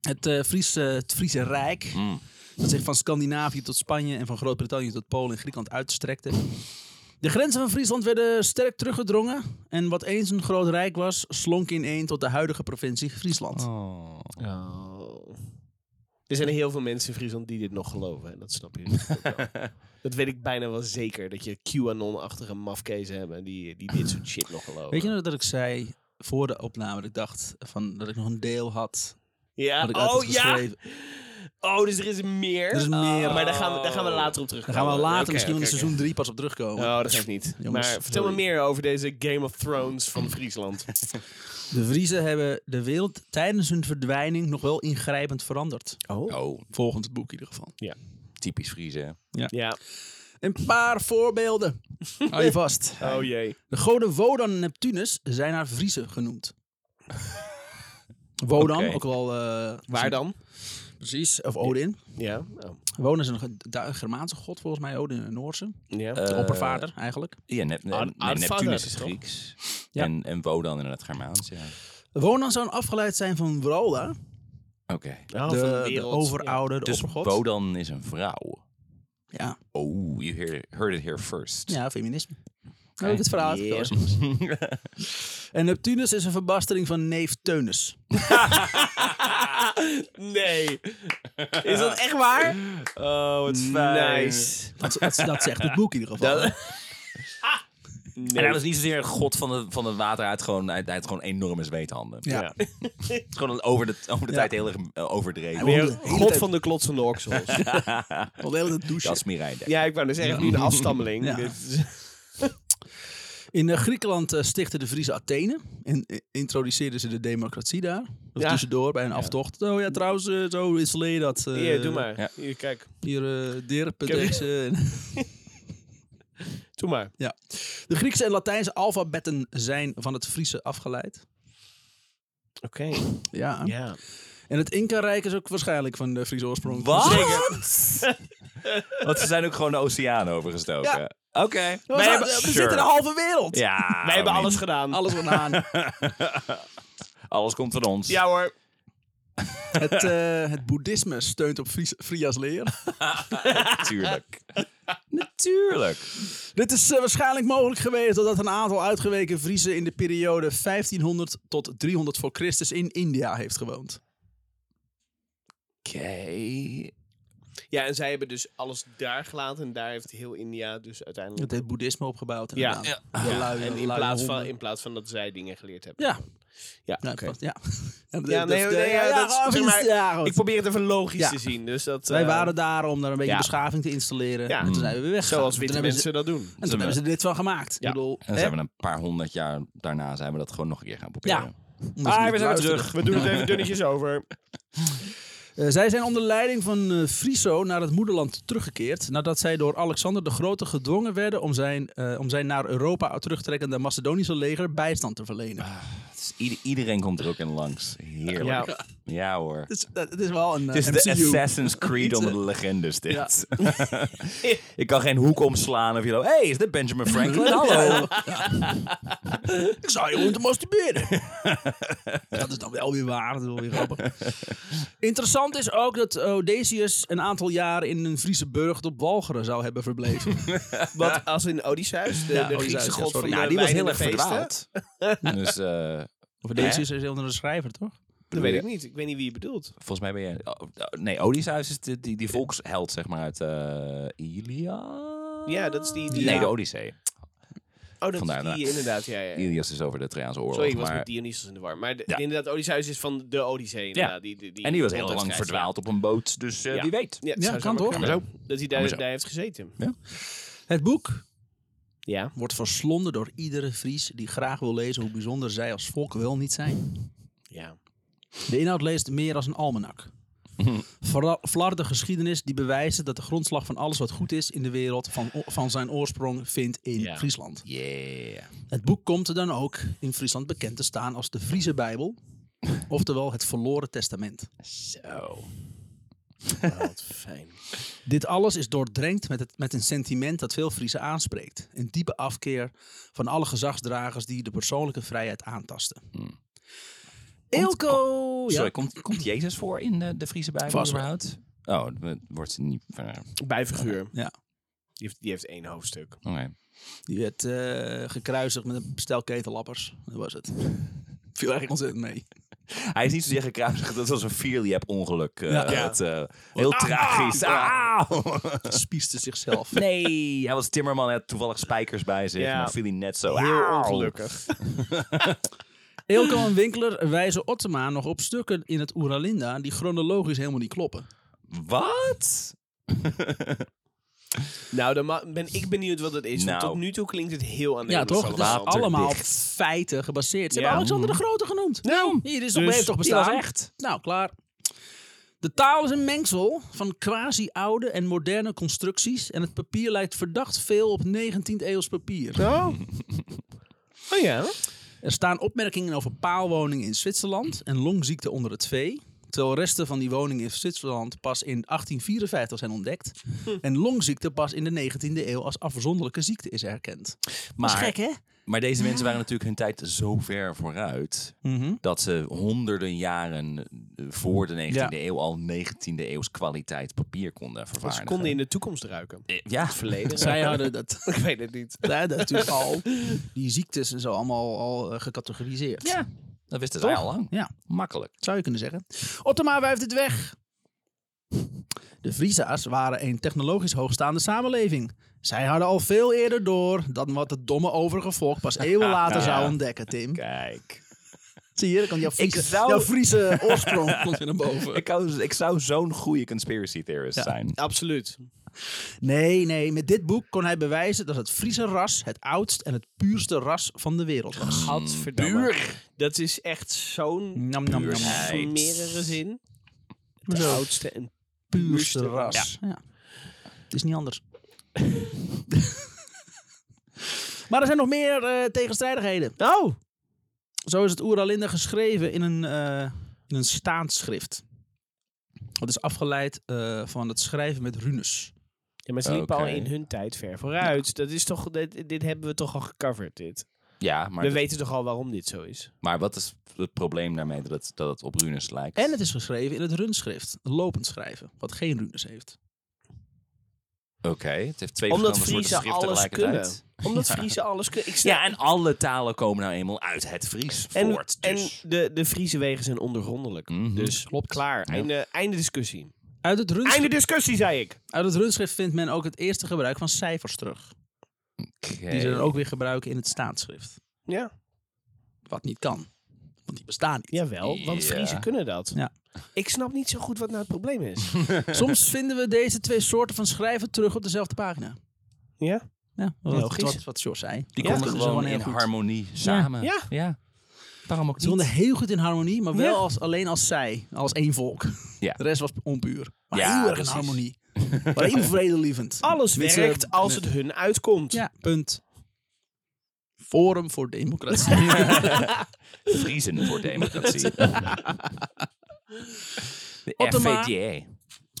[SPEAKER 2] het, eh, Friese, het Friese Rijk,
[SPEAKER 3] Mm.
[SPEAKER 2] dat zich van Scandinavië tot Spanje en van Groot-Brittannië tot Polen en Griekenland uitstrekte. De grenzen van Friesland werden sterk teruggedrongen. En wat eens een groot rijk was, slonk ineen tot de huidige provincie Friesland.
[SPEAKER 3] Oh.
[SPEAKER 1] Oh. Er zijn heel veel mensen in Friesland die dit nog geloven. En dat snap je. natuurlijk ook wel. dat weet ik bijna wel zeker. Dat je QAnon-achtige mafkezen hebben die, die dit soort shit nog geloven.
[SPEAKER 2] Weet je nog dat ik zei voor de opname, dat ik dacht van, dat ik nog een deel had.
[SPEAKER 1] Ja.
[SPEAKER 2] Had ik uit
[SPEAKER 1] Oh
[SPEAKER 2] had
[SPEAKER 1] ja.
[SPEAKER 2] geschreven.
[SPEAKER 1] Oh, dus er is meer. Oh,
[SPEAKER 2] Er is meer.
[SPEAKER 1] Maar daar gaan, we, daar gaan we later op terug.
[SPEAKER 2] Daar gaan we later
[SPEAKER 1] Oh, Oké,
[SPEAKER 2] misschien
[SPEAKER 1] oké,
[SPEAKER 2] in
[SPEAKER 1] oké.
[SPEAKER 2] seizoen 3 pas op terugkomen.
[SPEAKER 1] Oh, dat geeft niet.
[SPEAKER 2] Jongens,
[SPEAKER 1] maar vertel me
[SPEAKER 2] sorry.
[SPEAKER 1] meer over deze Game of Thrones van Friesland.
[SPEAKER 2] De Vriezen hebben de wereld tijdens hun verdwijning nog wel ingrijpend veranderd.
[SPEAKER 3] Oh,
[SPEAKER 2] Volgens het boek in ieder geval.
[SPEAKER 3] typisch Friese.
[SPEAKER 1] ja.
[SPEAKER 2] Een paar voorbeelden. Hou je vast.
[SPEAKER 1] Oh jee.
[SPEAKER 2] De goden Wodan en Neptunus zijn naar Vriezen genoemd. Wodan,
[SPEAKER 3] Oké.
[SPEAKER 2] ook wel... eh,
[SPEAKER 1] Waar dan?
[SPEAKER 2] Precies, of Odin.
[SPEAKER 1] Ja. Oh.
[SPEAKER 2] Wodan is een ge- Du- Germaanse god volgens mij, Odin een Noorse.
[SPEAKER 1] ja.
[SPEAKER 2] De
[SPEAKER 3] Eh,
[SPEAKER 2] oppervader eigenlijk.
[SPEAKER 3] Ja, Nep nee,
[SPEAKER 1] Ar-
[SPEAKER 3] nee, Neptunus
[SPEAKER 1] Arvader,
[SPEAKER 3] is
[SPEAKER 1] toch?
[SPEAKER 3] Grieks.
[SPEAKER 2] Ja.
[SPEAKER 3] En, en Wodan inderdaad Germaans. Ja.
[SPEAKER 2] Wodan zou afgeleid zijn van Vrola,
[SPEAKER 3] Oké.
[SPEAKER 1] Oh,
[SPEAKER 2] de,
[SPEAKER 1] van
[SPEAKER 2] de
[SPEAKER 1] wereld.
[SPEAKER 2] overoude, de
[SPEAKER 3] Dus
[SPEAKER 2] oppergod.
[SPEAKER 3] Wodan is een vrouw.
[SPEAKER 2] Ja.
[SPEAKER 3] Oh, you hear- heard it here first.
[SPEAKER 2] ja, feminisme. Heb ik het verhaal
[SPEAKER 1] Yeah.
[SPEAKER 2] uitgekozen. En Neptunus is een verbastering van neef Teunus.
[SPEAKER 1] Nee. Is dat echt waar?
[SPEAKER 3] Oh, wat
[SPEAKER 1] Nice.
[SPEAKER 2] Dat, dat, dat zegt het boek in ieder geval.
[SPEAKER 3] Dat- En hij
[SPEAKER 1] Nee.
[SPEAKER 3] was niet zozeer een god van, de, van het water. Hij had gewoon, hij, hij had gewoon enorme zweethanden.
[SPEAKER 2] ja.
[SPEAKER 1] Ja.
[SPEAKER 3] Het is gewoon een over de, over de
[SPEAKER 2] Ja.
[SPEAKER 3] tijd heel erg eh, overdreven.
[SPEAKER 2] Hij
[SPEAKER 1] Weer
[SPEAKER 2] De hele
[SPEAKER 1] God
[SPEAKER 2] tijd-
[SPEAKER 1] van de klotsende oksels.
[SPEAKER 2] Al de hele tijd douchen.
[SPEAKER 3] Dat is meer rijden.
[SPEAKER 1] ja, ik wou dus zeggen, nu een afstammeling.
[SPEAKER 2] Ja.
[SPEAKER 1] Dit is-
[SPEAKER 2] In eh, Griekenland eh, stichtten de Vriezen Athene en eh, introduceerden ze de democratie daar. Of
[SPEAKER 1] Ja.
[SPEAKER 2] tussendoor bij een aftocht. Oh ja, trouwens, eh, zo installeer je dat. eh,
[SPEAKER 1] Hier, doe maar.
[SPEAKER 3] Ja.
[SPEAKER 1] Hier, kijk.
[SPEAKER 2] Hier, eh, Dirk,
[SPEAKER 1] heb-
[SPEAKER 2] deze.
[SPEAKER 1] Doe maar.
[SPEAKER 2] ja. De Griekse en Latijnse alfabetten zijn van het Friese afgeleid.
[SPEAKER 1] Oké.
[SPEAKER 2] Ja.
[SPEAKER 1] Ja.
[SPEAKER 2] En het Inca-rijk is ook waarschijnlijk van de Friese oorsprong.
[SPEAKER 3] Want ze zijn ook gewoon de oceaan overgestoken.
[SPEAKER 2] Ja.
[SPEAKER 3] Oké.
[SPEAKER 2] We,
[SPEAKER 3] Wij
[SPEAKER 2] hebben,
[SPEAKER 3] hebben-
[SPEAKER 2] we
[SPEAKER 3] sure.
[SPEAKER 2] zitten de halve wereld.
[SPEAKER 3] Ja.
[SPEAKER 1] Wij hebben
[SPEAKER 3] I mean,
[SPEAKER 1] alles gedaan.
[SPEAKER 2] Alles wordt aan.
[SPEAKER 3] Alles komt van ons.
[SPEAKER 1] Ja hoor.
[SPEAKER 2] Het, eh, het boeddhisme steunt op Fries, Fria's leer.
[SPEAKER 3] Natuurlijk. Natuurlijk.
[SPEAKER 2] Dit is eh, waarschijnlijk mogelijk geweest doordat een aantal uitgeweken Friezen in de periode 1500 tot 300 voor Christus in India heeft gewoond.
[SPEAKER 3] Oké.
[SPEAKER 1] Ja, en zij hebben dus alles daar gelaten. En daar heeft heel India dus
[SPEAKER 2] Het
[SPEAKER 1] uiteindelijk...
[SPEAKER 2] heeft boeddhisme opgebouwd.
[SPEAKER 1] Ja.
[SPEAKER 2] inderdaad. De lui-
[SPEAKER 1] En in
[SPEAKER 2] lui
[SPEAKER 1] plaats, van,
[SPEAKER 2] honden.
[SPEAKER 1] in plaats van dat zij dingen geleerd hebben.
[SPEAKER 2] Ja.
[SPEAKER 1] Ja,
[SPEAKER 2] Ja,
[SPEAKER 1] oké.
[SPEAKER 2] pas- ja.
[SPEAKER 1] Ja, nee,
[SPEAKER 2] Dat-
[SPEAKER 1] nee,
[SPEAKER 2] ja,
[SPEAKER 1] ja,
[SPEAKER 2] ja,
[SPEAKER 1] dat is-
[SPEAKER 2] gewoon
[SPEAKER 1] zeg
[SPEAKER 2] iets-
[SPEAKER 1] maar,
[SPEAKER 2] ja, goed.
[SPEAKER 1] Ik probeer het even logisch
[SPEAKER 2] Ja.
[SPEAKER 1] te zien. Dus dat,
[SPEAKER 2] Wij
[SPEAKER 1] eh,
[SPEAKER 2] waren daar om daar een beetje
[SPEAKER 1] ja.
[SPEAKER 2] beschaving te installeren.
[SPEAKER 1] Ja.
[SPEAKER 2] En toen zijn we weer weg.
[SPEAKER 1] Zoals witte mensen dat doen.
[SPEAKER 2] En toen hebben ze er dit van gemaakt.
[SPEAKER 1] Ja.
[SPEAKER 2] Ik bedoel,
[SPEAKER 3] En dan
[SPEAKER 2] hè?
[SPEAKER 3] zijn we een paar honderd jaar daarna zijn we dat gewoon nog een keer gaan proberen.
[SPEAKER 2] Ja. Omdat ze niet luisteren.
[SPEAKER 1] We doen het even dunnetjes over.
[SPEAKER 2] Eh, zij zijn onder leiding van eh, Friso naar het moederland teruggekeerd. Nadat zij door Alexander de Grote gedwongen werden om zijn, eh, om zijn naar Europa terugtrekkende Macedonische leger bijstand te verlenen.
[SPEAKER 3] Het is ieder- iedereen komt er ook in langs. Heerlijk. Ja, hoor.
[SPEAKER 2] Het, is, het is wel een eh,
[SPEAKER 3] Het is de
[SPEAKER 2] MCU.
[SPEAKER 3] Assassin's Creed onder
[SPEAKER 1] eh,
[SPEAKER 3] de legendes dit. ik kan geen hoek omslaan of je loopt. Hé, hey, is dit Benjamin Franklin? Hallo.
[SPEAKER 2] Ik zou je moeten masturberen. dat is dan wel weer waar. Dat is wel weer grappig. Interessant is ook dat Odysseus een aantal jaren in een Friese burcht op Walcheren zou hebben verbleven.
[SPEAKER 1] Wat als in Odysseus, de,
[SPEAKER 2] Ja,
[SPEAKER 1] de
[SPEAKER 2] Odysseus,
[SPEAKER 1] Griekse
[SPEAKER 2] ja,
[SPEAKER 1] god
[SPEAKER 2] sorry.
[SPEAKER 1] van
[SPEAKER 3] Nou,
[SPEAKER 1] de
[SPEAKER 3] die was
[SPEAKER 1] wijn
[SPEAKER 3] heel
[SPEAKER 1] en
[SPEAKER 3] erg
[SPEAKER 1] de feesten?
[SPEAKER 3] verdwaald. dus eh,
[SPEAKER 2] Of Odysseus is een schrijver, toch?
[SPEAKER 1] Dat weet ik niet. Ik weet niet wie je bedoelt.
[SPEAKER 3] volgens mij ben je... oh, oh, nee, Odysseus is de, die, die volksheld, zeg maar, uit eh Ilia?
[SPEAKER 1] Ja, dat is die- die-
[SPEAKER 3] Nee,
[SPEAKER 1] ja.
[SPEAKER 3] de Odyssee.
[SPEAKER 1] Oh, dat
[SPEAKER 3] Vandaar,
[SPEAKER 1] is die
[SPEAKER 3] nou.
[SPEAKER 1] inderdaad. Ja, ja, ja.
[SPEAKER 3] Ilias is over de Trojaanse oorlog.
[SPEAKER 1] Sorry, ik was
[SPEAKER 3] maar-
[SPEAKER 1] met Dionysos in de war. Maar de-
[SPEAKER 3] Ja.
[SPEAKER 1] inderdaad, Odysseus is van de Odyssee. inderdaad. Die, die, die
[SPEAKER 3] En die was heel
[SPEAKER 1] altijd
[SPEAKER 3] lang
[SPEAKER 1] schrijft, ja.
[SPEAKER 3] verdwaald op een boot, dus eh,
[SPEAKER 1] Ja.
[SPEAKER 3] wie weet.
[SPEAKER 1] Ja,
[SPEAKER 2] Ja,
[SPEAKER 1] zou
[SPEAKER 2] kan
[SPEAKER 1] zomaar
[SPEAKER 2] toch?
[SPEAKER 1] kunnen.
[SPEAKER 3] Kan
[SPEAKER 1] Dat hij
[SPEAKER 3] Kan
[SPEAKER 1] daar,
[SPEAKER 3] zo.
[SPEAKER 1] daar heeft gezeten.
[SPEAKER 2] Het boek
[SPEAKER 1] Ja.
[SPEAKER 2] wordt verslonden door iedere Fries die graag wil lezen hoe bijzonder zij als volk wel niet zijn.
[SPEAKER 1] ja.
[SPEAKER 2] De inhoud leest meer als een almanak. Vooral Flarde geschiedenis die bewijzen dat de grondslag van alles wat goed is in de wereld van, o- van zijn oorsprong vindt in
[SPEAKER 1] Ja.
[SPEAKER 2] Friesland.
[SPEAKER 3] Yeah.
[SPEAKER 2] Het boek komt dan ook in Friesland bekend te staan als de Friese Bijbel, oftewel het verloren testament.
[SPEAKER 3] Zo.
[SPEAKER 1] oh, Wat fijn.
[SPEAKER 2] Dit alles is doordrenkt met, het, met een sentiment dat veel Friese aanspreekt. Een diepe afkeer van alle gezagsdragers die de persoonlijke vrijheid aantasten. Eelco!
[SPEAKER 3] oh, Sorry,
[SPEAKER 2] Oh, Ja,
[SPEAKER 3] komt, komt Jezus voor in de, de Friese Bijbel
[SPEAKER 2] Vast wel.
[SPEAKER 3] überhaupt? Oh, dat wordt niet... eh,
[SPEAKER 1] Bijfiguur.
[SPEAKER 2] Ja.
[SPEAKER 1] Die heeft, die heeft één hoofdstuk.
[SPEAKER 3] oké.
[SPEAKER 2] die werd eh, gekruisigd met een stel ketelappers. Dat was het. Viel eigenlijk ontzettend mee.
[SPEAKER 3] Hij is niet zozeer gekruisigd, dat was een vierliep ongeluk. eh,
[SPEAKER 2] Ja.
[SPEAKER 3] het, eh, heel
[SPEAKER 1] Ah!
[SPEAKER 3] tragisch. Auw.
[SPEAKER 2] Spieste zichzelf.
[SPEAKER 3] Nee, hij was timmerman, hij had toevallig spijkers bij zich.
[SPEAKER 1] Ja.
[SPEAKER 3] Maar viel hij net zo.
[SPEAKER 1] Heel
[SPEAKER 3] Auw.
[SPEAKER 1] ongelukkig.
[SPEAKER 2] Eelco en Winkler wijzen Ottema nog op stukken in het Oeralinda die chronologisch helemaal niet kloppen.
[SPEAKER 3] Wat?
[SPEAKER 1] Nou, dan ma- ben ik benieuwd wat het is. want
[SPEAKER 3] Nou.
[SPEAKER 1] tot nu toe klinkt het heel aan de
[SPEAKER 2] Ja, toch? Het is
[SPEAKER 1] allemaal.
[SPEAKER 2] allemaal op feiten gebaseerd. Ze
[SPEAKER 1] Ja.
[SPEAKER 2] hebben Alexander de Grote genoemd.
[SPEAKER 1] Nou,
[SPEAKER 2] Hier is
[SPEAKER 1] Dus,
[SPEAKER 2] dus, toch
[SPEAKER 3] die
[SPEAKER 2] bestaan.
[SPEAKER 3] was echt.
[SPEAKER 2] Nou, klaar. De taal is een mengsel van quasi-oude en moderne constructies. En het papier lijkt verdacht veel op 19e-eeuws papier.
[SPEAKER 1] Oh. oh ja.
[SPEAKER 2] Er staan opmerkingen over paalwoningen in Zwitserland en longziekte onder het vee. Terwijl resten van die woningen in Zwitserland pas in 1854 zijn ontdekt. En longziekte pas in de 19e eeuw als afzonderlijke ziekte is erkend.
[SPEAKER 3] Maar,
[SPEAKER 2] Dat is gek, hè?
[SPEAKER 3] maar deze mensen waren natuurlijk hun tijd zo ver vooruit. dat ze honderden jaren eh, voor de 19e
[SPEAKER 2] Mhm. Ja.
[SPEAKER 3] eeuw al 19e eeuws kwaliteit papier konden
[SPEAKER 1] Ze
[SPEAKER 3] vervaardigen.
[SPEAKER 1] konden in de toekomst ruiken.
[SPEAKER 3] Eh, ja,
[SPEAKER 1] Verleden.
[SPEAKER 2] Zij hadden dat,
[SPEAKER 1] ik weet het niet.
[SPEAKER 2] daar hadden natuurlijk al die ziektes en zo allemaal al eh, gecategoriseerd.
[SPEAKER 3] ja, dat wisten zij
[SPEAKER 2] Toch?
[SPEAKER 3] al lang.
[SPEAKER 2] Ja.
[SPEAKER 3] Makkelijk.
[SPEAKER 2] zou je kunnen zeggen. Ottoma wuift het weg. De Friesa's waren een technologisch hoogstaande samenleving. Zij hadden al veel eerder door dan wat het domme overige volk pas eeuwen later zou ontdekken, Tim.
[SPEAKER 3] Kijk.
[SPEAKER 2] Zie je, dan komt jouw Friese,
[SPEAKER 3] Ik zou-
[SPEAKER 2] jouw Friese oorsprong komt weer naar boven.
[SPEAKER 3] Ik, zou- ik zou zo'n goede conspiracy theorist zijn.
[SPEAKER 1] Absoluut.
[SPEAKER 2] Nee, nee, met dit boek kon hij bewijzen dat het Friese ras het oudst en het puurste ras van de wereld was.
[SPEAKER 1] Gadverdamme. Dat is echt zo'n
[SPEAKER 2] Nam, nam, nam.
[SPEAKER 3] Puurheid.
[SPEAKER 1] smerige zin. Het
[SPEAKER 2] Hoezo?
[SPEAKER 1] oudste en
[SPEAKER 2] puurste ras. Ja. Het is niet anders. maar er zijn nog meer eh, tegenstrijdigheden. Oh! Zo is het Oeralinda geschreven in een, eh in een staansschrift. Dat is afgeleid eh, van het schrijven met runes.
[SPEAKER 1] Ja, maar ze liepen
[SPEAKER 3] Oké.
[SPEAKER 1] al in hun tijd ver vooruit. Dat is toch, dit, dit hebben we toch al gecoverd, dit.
[SPEAKER 3] Ja, maar,
[SPEAKER 1] we weten toch al waarom dit zo is.
[SPEAKER 3] maar wat is het probleem daarmee dat het, dat het op runes lijkt?
[SPEAKER 2] En het is geschreven in het runschrift. een Lopend schrijven, wat geen runes heeft.
[SPEAKER 3] Oké, het heeft twee
[SPEAKER 1] Omdat
[SPEAKER 3] verschillende
[SPEAKER 1] Friese
[SPEAKER 3] soorten
[SPEAKER 1] alles
[SPEAKER 3] schrift
[SPEAKER 1] kunnen.
[SPEAKER 3] tegelijkertijd.
[SPEAKER 1] Omdat Friese alles kunnen. Ik snap-
[SPEAKER 3] Ja, en alle talen komen nou eenmaal uit het Fries
[SPEAKER 1] en,
[SPEAKER 3] voort.
[SPEAKER 1] en
[SPEAKER 3] Dus.
[SPEAKER 1] de, de Friese wegen zijn ondergrondelijk.
[SPEAKER 3] Mhm.
[SPEAKER 1] Dus
[SPEAKER 2] Klopt.
[SPEAKER 1] klaar. Einde, einde discussie.
[SPEAKER 2] Uit het,
[SPEAKER 3] Dus-
[SPEAKER 2] runs-
[SPEAKER 1] Einde discussie, zei ik.
[SPEAKER 2] uit het runschrift vindt men ook het eerste gebruik van cijfers terug. Die ze dan ook weer gebruiken in het staatsschrift.
[SPEAKER 1] Ja,
[SPEAKER 2] Wat niet kan. Want die bestaan niet.
[SPEAKER 1] jawel. Want
[SPEAKER 3] Ja.
[SPEAKER 1] Friese kunnen dat.
[SPEAKER 2] Ja.
[SPEAKER 1] Ik snap niet zo goed wat nou het probleem is.
[SPEAKER 2] Soms vinden we deze twee soorten van schrijven terug op dezelfde pagina.
[SPEAKER 1] ja?
[SPEAKER 2] Ja,
[SPEAKER 1] Logisch.
[SPEAKER 2] Wat, wat George zei.
[SPEAKER 3] Die
[SPEAKER 1] Ja,
[SPEAKER 3] komen
[SPEAKER 1] dat
[SPEAKER 2] is
[SPEAKER 3] gewoon
[SPEAKER 2] gewoon
[SPEAKER 3] in
[SPEAKER 2] heel goed.
[SPEAKER 3] harmonie samen.
[SPEAKER 1] Ja.
[SPEAKER 3] Waarom ook
[SPEAKER 2] Ze stonden
[SPEAKER 3] niet?
[SPEAKER 2] heel goed in harmonie, maar wel
[SPEAKER 1] Ja.
[SPEAKER 2] als, alleen als zij. Als één volk.
[SPEAKER 3] Ja.
[SPEAKER 2] De rest was onpuur. Maar
[SPEAKER 3] Ja,
[SPEAKER 2] heel erg in
[SPEAKER 3] precies.
[SPEAKER 2] harmonie. maar heel vredelievend.
[SPEAKER 1] Alles
[SPEAKER 2] Met z'n-
[SPEAKER 3] eh,
[SPEAKER 1] werkt als het hun uitkomt.
[SPEAKER 2] Ja, punt. Forum voor Democratie.
[SPEAKER 3] Vriezen voor democratie. De
[SPEAKER 2] Ottoma.
[SPEAKER 3] FVDA.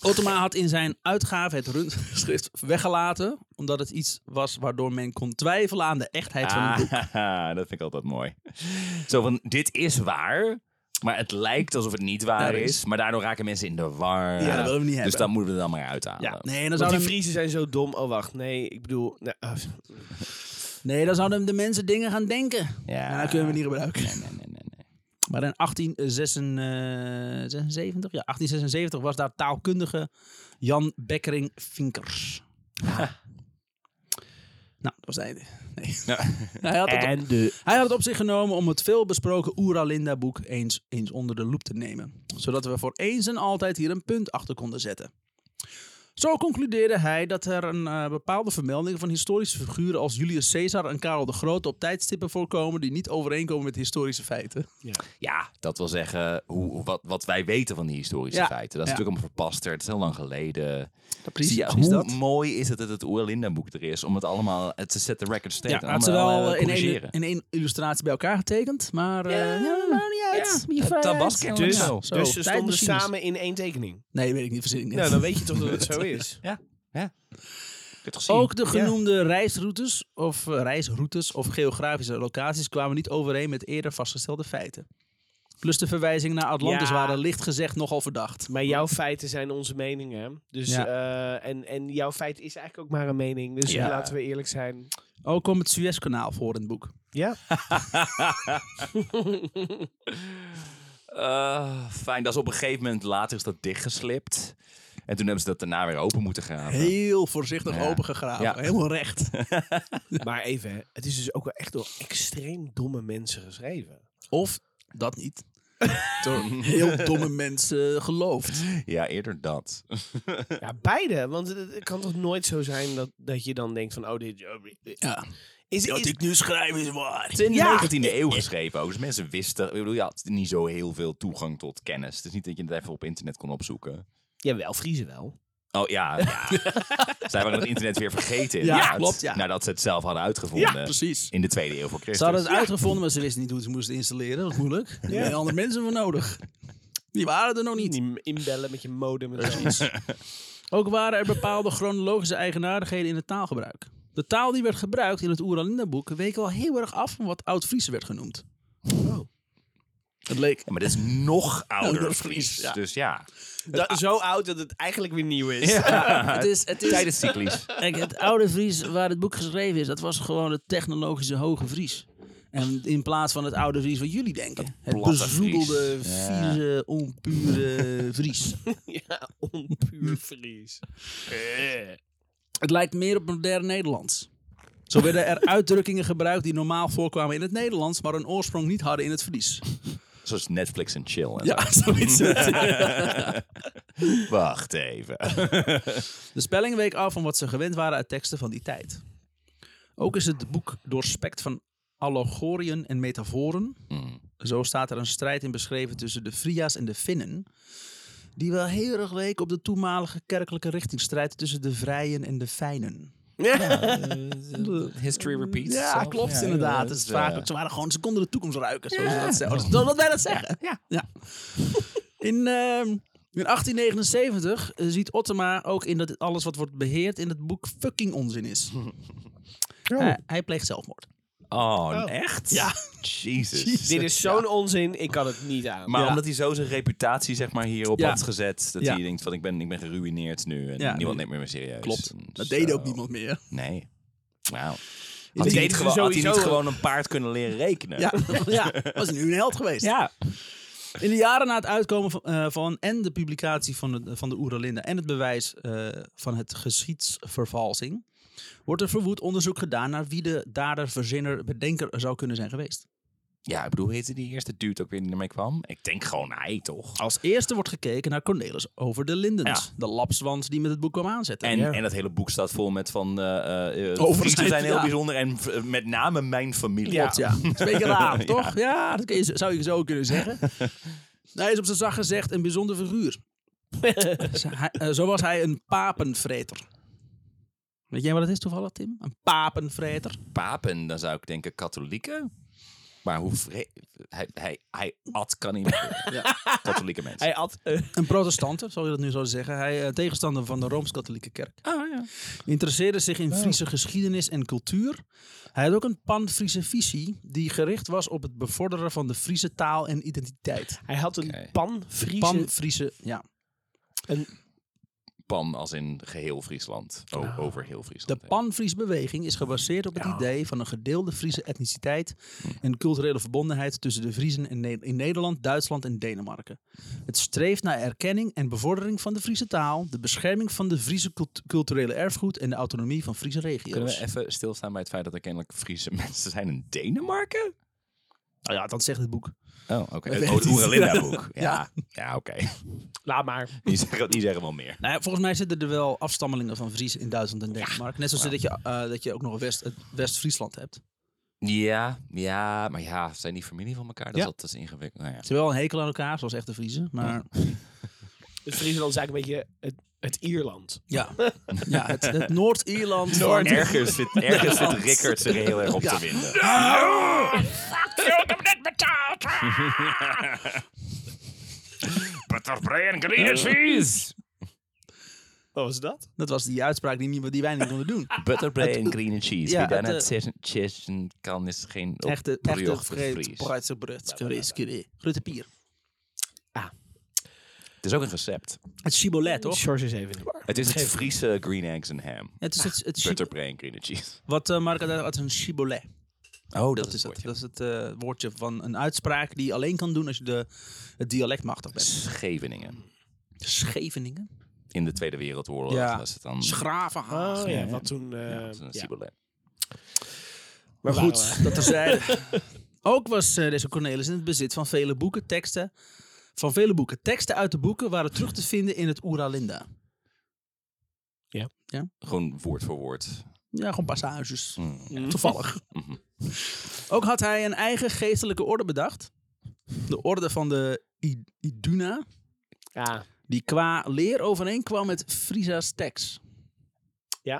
[SPEAKER 2] Otoma had in zijn uitgave het rundschrift weggelaten, omdat het iets was waardoor men kon twijfelen aan de echtheid van het boek.
[SPEAKER 3] Ah, dat vind ik altijd mooi. Zo van, dit is waar, maar het lijkt alsof het niet waar
[SPEAKER 2] Ja, Nou, dat
[SPEAKER 3] is.
[SPEAKER 2] is-
[SPEAKER 3] Maar daardoor raken mensen in de war.
[SPEAKER 2] Ja, dat willen we niet
[SPEAKER 3] dus
[SPEAKER 2] hebben.
[SPEAKER 3] dan moeten we er dan maar uithalen.
[SPEAKER 2] Ja, nee, dan
[SPEAKER 1] Want die
[SPEAKER 2] zouden,
[SPEAKER 1] Friesen zijn zo dom. Oh, wacht. Nee, ik bedoel... Nou, ah,
[SPEAKER 2] nee, dan zouden de mensen dingen gaan denken.
[SPEAKER 3] Ja.
[SPEAKER 2] En dat Nou, kunnen we niet gebruiken.
[SPEAKER 3] Nee, nee, nee, nee, nee.
[SPEAKER 2] Maar in 1876, ja, 1876 was daar taalkundige Jan Bekkering Vinkers.
[SPEAKER 1] Ah.
[SPEAKER 2] Nou, dat was het einde. Nee. Hij, had het op,
[SPEAKER 1] en de...
[SPEAKER 2] hij had het op zich genomen om het veelbesproken Oeralinda-boek eens, eens onder de loep te nemen. Zodat we voor eens en altijd hier een punt achter konden zetten. Zo concludeerde hij dat er een eh, bepaalde vermelding van historische figuren als Julius Caesar en Karel de Grote op tijdstippen voorkomen die niet overeenkomen met historische feiten.
[SPEAKER 3] Ja, dat wil zeggen hoe, hoe- wat, wat wij weten van die historische
[SPEAKER 2] Ja.
[SPEAKER 3] feiten. Dat is
[SPEAKER 2] Ja.
[SPEAKER 3] natuurlijk allemaal verpasterd. Het is heel lang geleden.
[SPEAKER 2] Precies,
[SPEAKER 3] ja,
[SPEAKER 2] precies
[SPEAKER 3] hoe
[SPEAKER 2] dat.
[SPEAKER 3] mooi is het dat het Oerlinda boek er is. Om het allemaal het te set the record straight.
[SPEAKER 2] Ja,
[SPEAKER 3] en
[SPEAKER 2] had ze
[SPEAKER 3] allemaal,
[SPEAKER 2] wel
[SPEAKER 3] eh,
[SPEAKER 2] eh, in één,
[SPEAKER 3] corrigeren.
[SPEAKER 2] in één illustratie bij elkaar getekend, maar... eh,
[SPEAKER 3] Ja,
[SPEAKER 2] ja, dat maakt niet uit.
[SPEAKER 3] ja,
[SPEAKER 2] Met je
[SPEAKER 3] dat- dat
[SPEAKER 2] vrijheid.
[SPEAKER 3] was kennelijk
[SPEAKER 1] Dus,
[SPEAKER 3] Zo,
[SPEAKER 1] dus
[SPEAKER 2] nou, zo,
[SPEAKER 1] ze stonden
[SPEAKER 2] tijdmachines.
[SPEAKER 1] samen in één tekening.
[SPEAKER 2] Nee, weet ik niet, verzin ik net.
[SPEAKER 1] Nou, dan weet je toch dat het zo is.
[SPEAKER 3] Ja, ja. Ik heb het gezien.
[SPEAKER 2] Ook de genoemde reisroutes of, eh, reisroutes of geografische locaties kwamen niet overeen met eerder vastgestelde feiten. Plus de verwijzing naar Atlantis
[SPEAKER 1] Ja.
[SPEAKER 2] waren licht gezegd nogal verdacht.
[SPEAKER 1] Maar jouw feiten zijn onze meningen, hè? Dus,
[SPEAKER 2] Ja.
[SPEAKER 1] eh, en, en jouw feit is eigenlijk ook maar een mening. Dus
[SPEAKER 3] Ja.
[SPEAKER 1] laten we eerlijk zijn.
[SPEAKER 2] Ook kwam het Suezkanaal voor in het boek.
[SPEAKER 1] Ja.
[SPEAKER 3] Eh, fijn, dat is op een gegeven moment later is dat dichtgeslipt. En toen hebben ze dat daarna weer open moeten graven.
[SPEAKER 2] Heel voorzichtig
[SPEAKER 3] Ja.
[SPEAKER 2] opengegraven,
[SPEAKER 3] Ja.
[SPEAKER 2] helemaal recht.
[SPEAKER 1] maar even, hè, het is dus ook wel echt door extreem domme mensen geschreven.
[SPEAKER 2] Of dat niet. Door heel domme mensen geloofd.
[SPEAKER 3] Ja, eerder dat.
[SPEAKER 1] Ja, beide. Want het, het kan toch nooit zo zijn dat, dat je dan denkt van... Oh, dit
[SPEAKER 2] Ja.
[SPEAKER 1] is,
[SPEAKER 2] Wat
[SPEAKER 1] is,
[SPEAKER 2] ik nu schrijf is waar.
[SPEAKER 3] Het is in de
[SPEAKER 1] Ja.
[SPEAKER 3] 19e eeuw geschreven ook. Dus mensen wisten, ik bedoel, je had niet zo heel veel toegang tot kennis. Het is niet dat je het even op internet kon opzoeken.
[SPEAKER 1] Jawel, Vriezen wel.
[SPEAKER 3] Oh ja, ja. zij waren het internet weer vergeten.
[SPEAKER 2] Ja,
[SPEAKER 3] inderdaad.
[SPEAKER 2] klopt, ja.
[SPEAKER 3] Nadat ze het zelf hadden uitgevonden.
[SPEAKER 2] Precies.
[SPEAKER 3] In de tweede eeuw voor Christus.
[SPEAKER 2] Ze hadden het uitgevonden, maar ze wisten niet hoe ze moesten installeren. Dat was moeilijk. Er waren andere mensen voor nodig. Die waren er nog niet.
[SPEAKER 1] Niet inbellen met je modem en zo.
[SPEAKER 2] Ook waren er bepaalde chronologische eigenaardigheden in het taalgebruik. De taal die werd gebruikt in het Oeralinda-boek week wel heel erg af van wat Oud-Fries werd genoemd. Het leek.
[SPEAKER 3] Ja, maar dit is nog ouder
[SPEAKER 2] Ouder
[SPEAKER 3] Fries.
[SPEAKER 2] Fries, ja.
[SPEAKER 3] Dus ja.
[SPEAKER 1] Da- zo oud dat het eigenlijk weer nieuw is.
[SPEAKER 2] Het is, het is
[SPEAKER 3] Tijdenscyclisch.
[SPEAKER 2] Kijk, het oude Fries waar het boek geschreven is, dat was gewoon het technologische hoge Fries. En in plaats van het oude Fries wat jullie denken. Het
[SPEAKER 3] platte Fries.
[SPEAKER 2] bezoedelde,
[SPEAKER 3] Ja.
[SPEAKER 2] vieze, onpure Fries.
[SPEAKER 1] Ja, onpuur Fries. Eh.
[SPEAKER 2] Het lijkt meer op modern Nederlands. Zo werden er uitdrukkingen gebruikt die normaal voorkwamen in het Nederlands, maar een oorsprong niet hadden in het Fries.
[SPEAKER 3] Zoals Netflix en chill. En
[SPEAKER 2] Ja, zoiets.
[SPEAKER 3] zo. Wacht even.
[SPEAKER 2] De spelling week af van wat ze gewend waren uit teksten van die tijd. Ook is het boek doorspekt van allegorieën en metaforen.
[SPEAKER 3] Hmm.
[SPEAKER 2] Zo staat er een strijd in beschreven tussen de Fria's en de Finnen. Die wel heel erg leek op de toenmalige kerkelijke richtingstrijd tussen de Vrijen en de Fijnen. eh,
[SPEAKER 3] History repeats.
[SPEAKER 2] Ja, klopt inderdaad. Het is vaak, ook- ze waren gewoon, ze konden de toekomst ruiken. Zoals we dat zeggen. Zoals wat wij dat zeggen. Ja. In, ehm, in 1879 ziet Ottema ook in dat alles wat wordt beheerd in het boek fucking onzin is. Hij, hij pleegt zelfmoord.
[SPEAKER 3] Oh, echt?
[SPEAKER 2] Ja.
[SPEAKER 3] Jezus.
[SPEAKER 1] Dit is zo'n onzin, ik kan het niet aan.
[SPEAKER 3] Maar
[SPEAKER 2] Ja.
[SPEAKER 3] omdat hij zo zijn reputatie zeg maar hierop
[SPEAKER 2] Ja.
[SPEAKER 3] had gezet. Dat
[SPEAKER 2] Ja.
[SPEAKER 3] hij denkt van ik ben, ik ben geruineerd nu. En
[SPEAKER 2] Ja,
[SPEAKER 3] niemand
[SPEAKER 2] nu-
[SPEAKER 3] neemt me meer serieus. En
[SPEAKER 2] Dat
[SPEAKER 3] zo.
[SPEAKER 2] deed ook niemand meer.
[SPEAKER 3] Nee.
[SPEAKER 2] Die
[SPEAKER 3] Wauw. Had, hij niet
[SPEAKER 1] deden ze
[SPEAKER 3] gewoon- had hij niet
[SPEAKER 1] sowieso.
[SPEAKER 3] gewoon een paard kunnen leren rekenen?
[SPEAKER 2] Ja, ja, was nu een held geweest.
[SPEAKER 3] Ja.
[SPEAKER 2] In de jaren na het uitkomen van, eh, van en de publicatie van de, van de Oeralinde en het bewijs eh, van het geschiedsvervalsing, wordt er verwoed onderzoek gedaan naar wie de dader, verzinner, bedenker zou kunnen zijn geweest.
[SPEAKER 3] Ja, ik bedoel, hoe heette die eerste dude ook weer die ermee kwam? Ik denk gewoon hij, toch?
[SPEAKER 2] Als eerste wordt gekeken naar Cornelis over de Lindens,
[SPEAKER 3] Ja.
[SPEAKER 2] de lapswand die met het boek kwam aanzetten.
[SPEAKER 3] En, en dat hele boek staat vol met van... eh, eh eh,
[SPEAKER 2] Overheid,
[SPEAKER 3] Friesen zijn heel
[SPEAKER 2] ja.
[SPEAKER 3] bijzonder en v- eh, met name mijn familie.
[SPEAKER 2] Klopt, ja. Dat is een beetje raar, toch? Ja, dat kun je- zou je zo kunnen zeggen. Hij is op zijn zacht gezegd een bijzonder figuur. Zo- hij- eh, Zo was hij een papenvreter. Weet jij wat het is toevallig, Tim? Een papenvreter?
[SPEAKER 3] Papen, dan zou ik denken katholieken. Maar hoe vre- hij, hij, hij at kan niet meer. Katholieke mensen.
[SPEAKER 1] Hij had... eh,
[SPEAKER 2] Een protestante, zou je dat nu zo zeggen. Hij eh, tegenstander van de Rooms-Katholieke Kerk.
[SPEAKER 3] Ah, ja.
[SPEAKER 2] Interesseerde zich in Friese geschiedenis en cultuur. Hij had ook een pan-Friese visie die gericht was op het bevorderen van de Friese taal en identiteit.
[SPEAKER 1] hij had een
[SPEAKER 3] Oké.
[SPEAKER 1] pan-Friese...
[SPEAKER 2] Pan-Friese, ja.
[SPEAKER 1] een-
[SPEAKER 3] Pan als in geheel Friesland. O- Over heel
[SPEAKER 2] De
[SPEAKER 3] Friesland. heen.
[SPEAKER 2] pan-Fries beweging is gebaseerd op het idee van een gedeelde Friese etniciteit en culturele verbondenheid tussen de Friesen in, Ne- in Nederland, Duitsland en Denemarken. Het streeft naar erkenning en bevordering van de Friese taal, de bescherming van de Friese cult- culturele erfgoed en de autonomie van Friese
[SPEAKER 3] Kunnen
[SPEAKER 2] regio's.
[SPEAKER 3] we even stilstaan bij het feit dat er kennelijk Friese mensen zijn in Denemarken?
[SPEAKER 2] Nou ja, dat zegt het boek.
[SPEAKER 3] Oh, oké.
[SPEAKER 2] weet
[SPEAKER 3] Oh,
[SPEAKER 2] het
[SPEAKER 3] het
[SPEAKER 2] niet.
[SPEAKER 3] Oeralinda-boek. Ja, ja.
[SPEAKER 2] Ja.
[SPEAKER 3] oké.
[SPEAKER 1] Laat maar.
[SPEAKER 3] Die, zeggen, die zeggen wel meer.
[SPEAKER 2] Nou ja, volgens mij zitten er wel afstammelingen van Fries in Duitsland en Denemarken. Net zoals dat, je, eh, dat je ook nog West, het West-Friesland hebt.
[SPEAKER 3] Ja, ja, maar ja, zijn die familie van elkaar? Dat,
[SPEAKER 2] Ja.
[SPEAKER 3] is, dat is ingewikkeld. Nou ja.
[SPEAKER 2] Ze hebben wel een hekel aan elkaar, zoals echte Friese. Maar
[SPEAKER 1] Het Friesland is eigenlijk een beetje het, het Ierland.
[SPEAKER 2] ja, ja het, het Noord-Ierland. van-
[SPEAKER 3] Ergens zit, ergens zit Rickert zich heel erg op te winden.
[SPEAKER 1] Wat was dat?
[SPEAKER 2] Dat was die uitspraak die, niet, die wij niet konden doen.
[SPEAKER 3] Butterbread en green and cheese.
[SPEAKER 2] Ah, Ja,
[SPEAKER 3] Wie daarna
[SPEAKER 2] het, eh,
[SPEAKER 3] het zes- cheese kan is geen op-
[SPEAKER 2] Echte, echte
[SPEAKER 3] brug
[SPEAKER 2] vreed,
[SPEAKER 3] Fries.
[SPEAKER 2] Britse Brits, Fries, Fries. Rutte Pier.
[SPEAKER 3] Het is ook een recept.
[SPEAKER 2] Het cibolet, toch?
[SPEAKER 1] George is even in de war.
[SPEAKER 3] Het is het Friese green eggs en ham.
[SPEAKER 2] Het is het, het chib-
[SPEAKER 3] Butterbread en green and cheese.
[SPEAKER 2] wat eh, Mark had, had een cibolet.
[SPEAKER 3] Oh,
[SPEAKER 2] Dat is het, dat is het eh, woordje van een uitspraak die je alleen kan doen als je de, het dialect machtig bent.
[SPEAKER 3] Scheveningen.
[SPEAKER 2] Scheveningen.
[SPEAKER 3] In de Tweede Wereldoorlog
[SPEAKER 2] Ja.
[SPEAKER 3] was het dan...
[SPEAKER 2] Schravenhaag.
[SPEAKER 1] Oh ja, wat toen... eh,
[SPEAKER 3] Ja, dat is een
[SPEAKER 1] ja.
[SPEAKER 3] cibolet.
[SPEAKER 2] Maar
[SPEAKER 1] Waar
[SPEAKER 2] goed,
[SPEAKER 1] waren
[SPEAKER 2] dat terzijde. Ook was eh, deze Cornelis in het bezit van vele boeken, teksten. Van vele boeken. Teksten uit de boeken waren terug te vinden in het Oeralinda.
[SPEAKER 3] Gewoon woord voor woord.
[SPEAKER 2] Ja, gewoon passages.
[SPEAKER 3] Mm.
[SPEAKER 2] Toevallig. Ook had hij een eigen geestelijke orde bedacht. De orde van de I- Iduna.
[SPEAKER 1] Ja.
[SPEAKER 2] Die qua leer overeenkwam met Frisa Tex.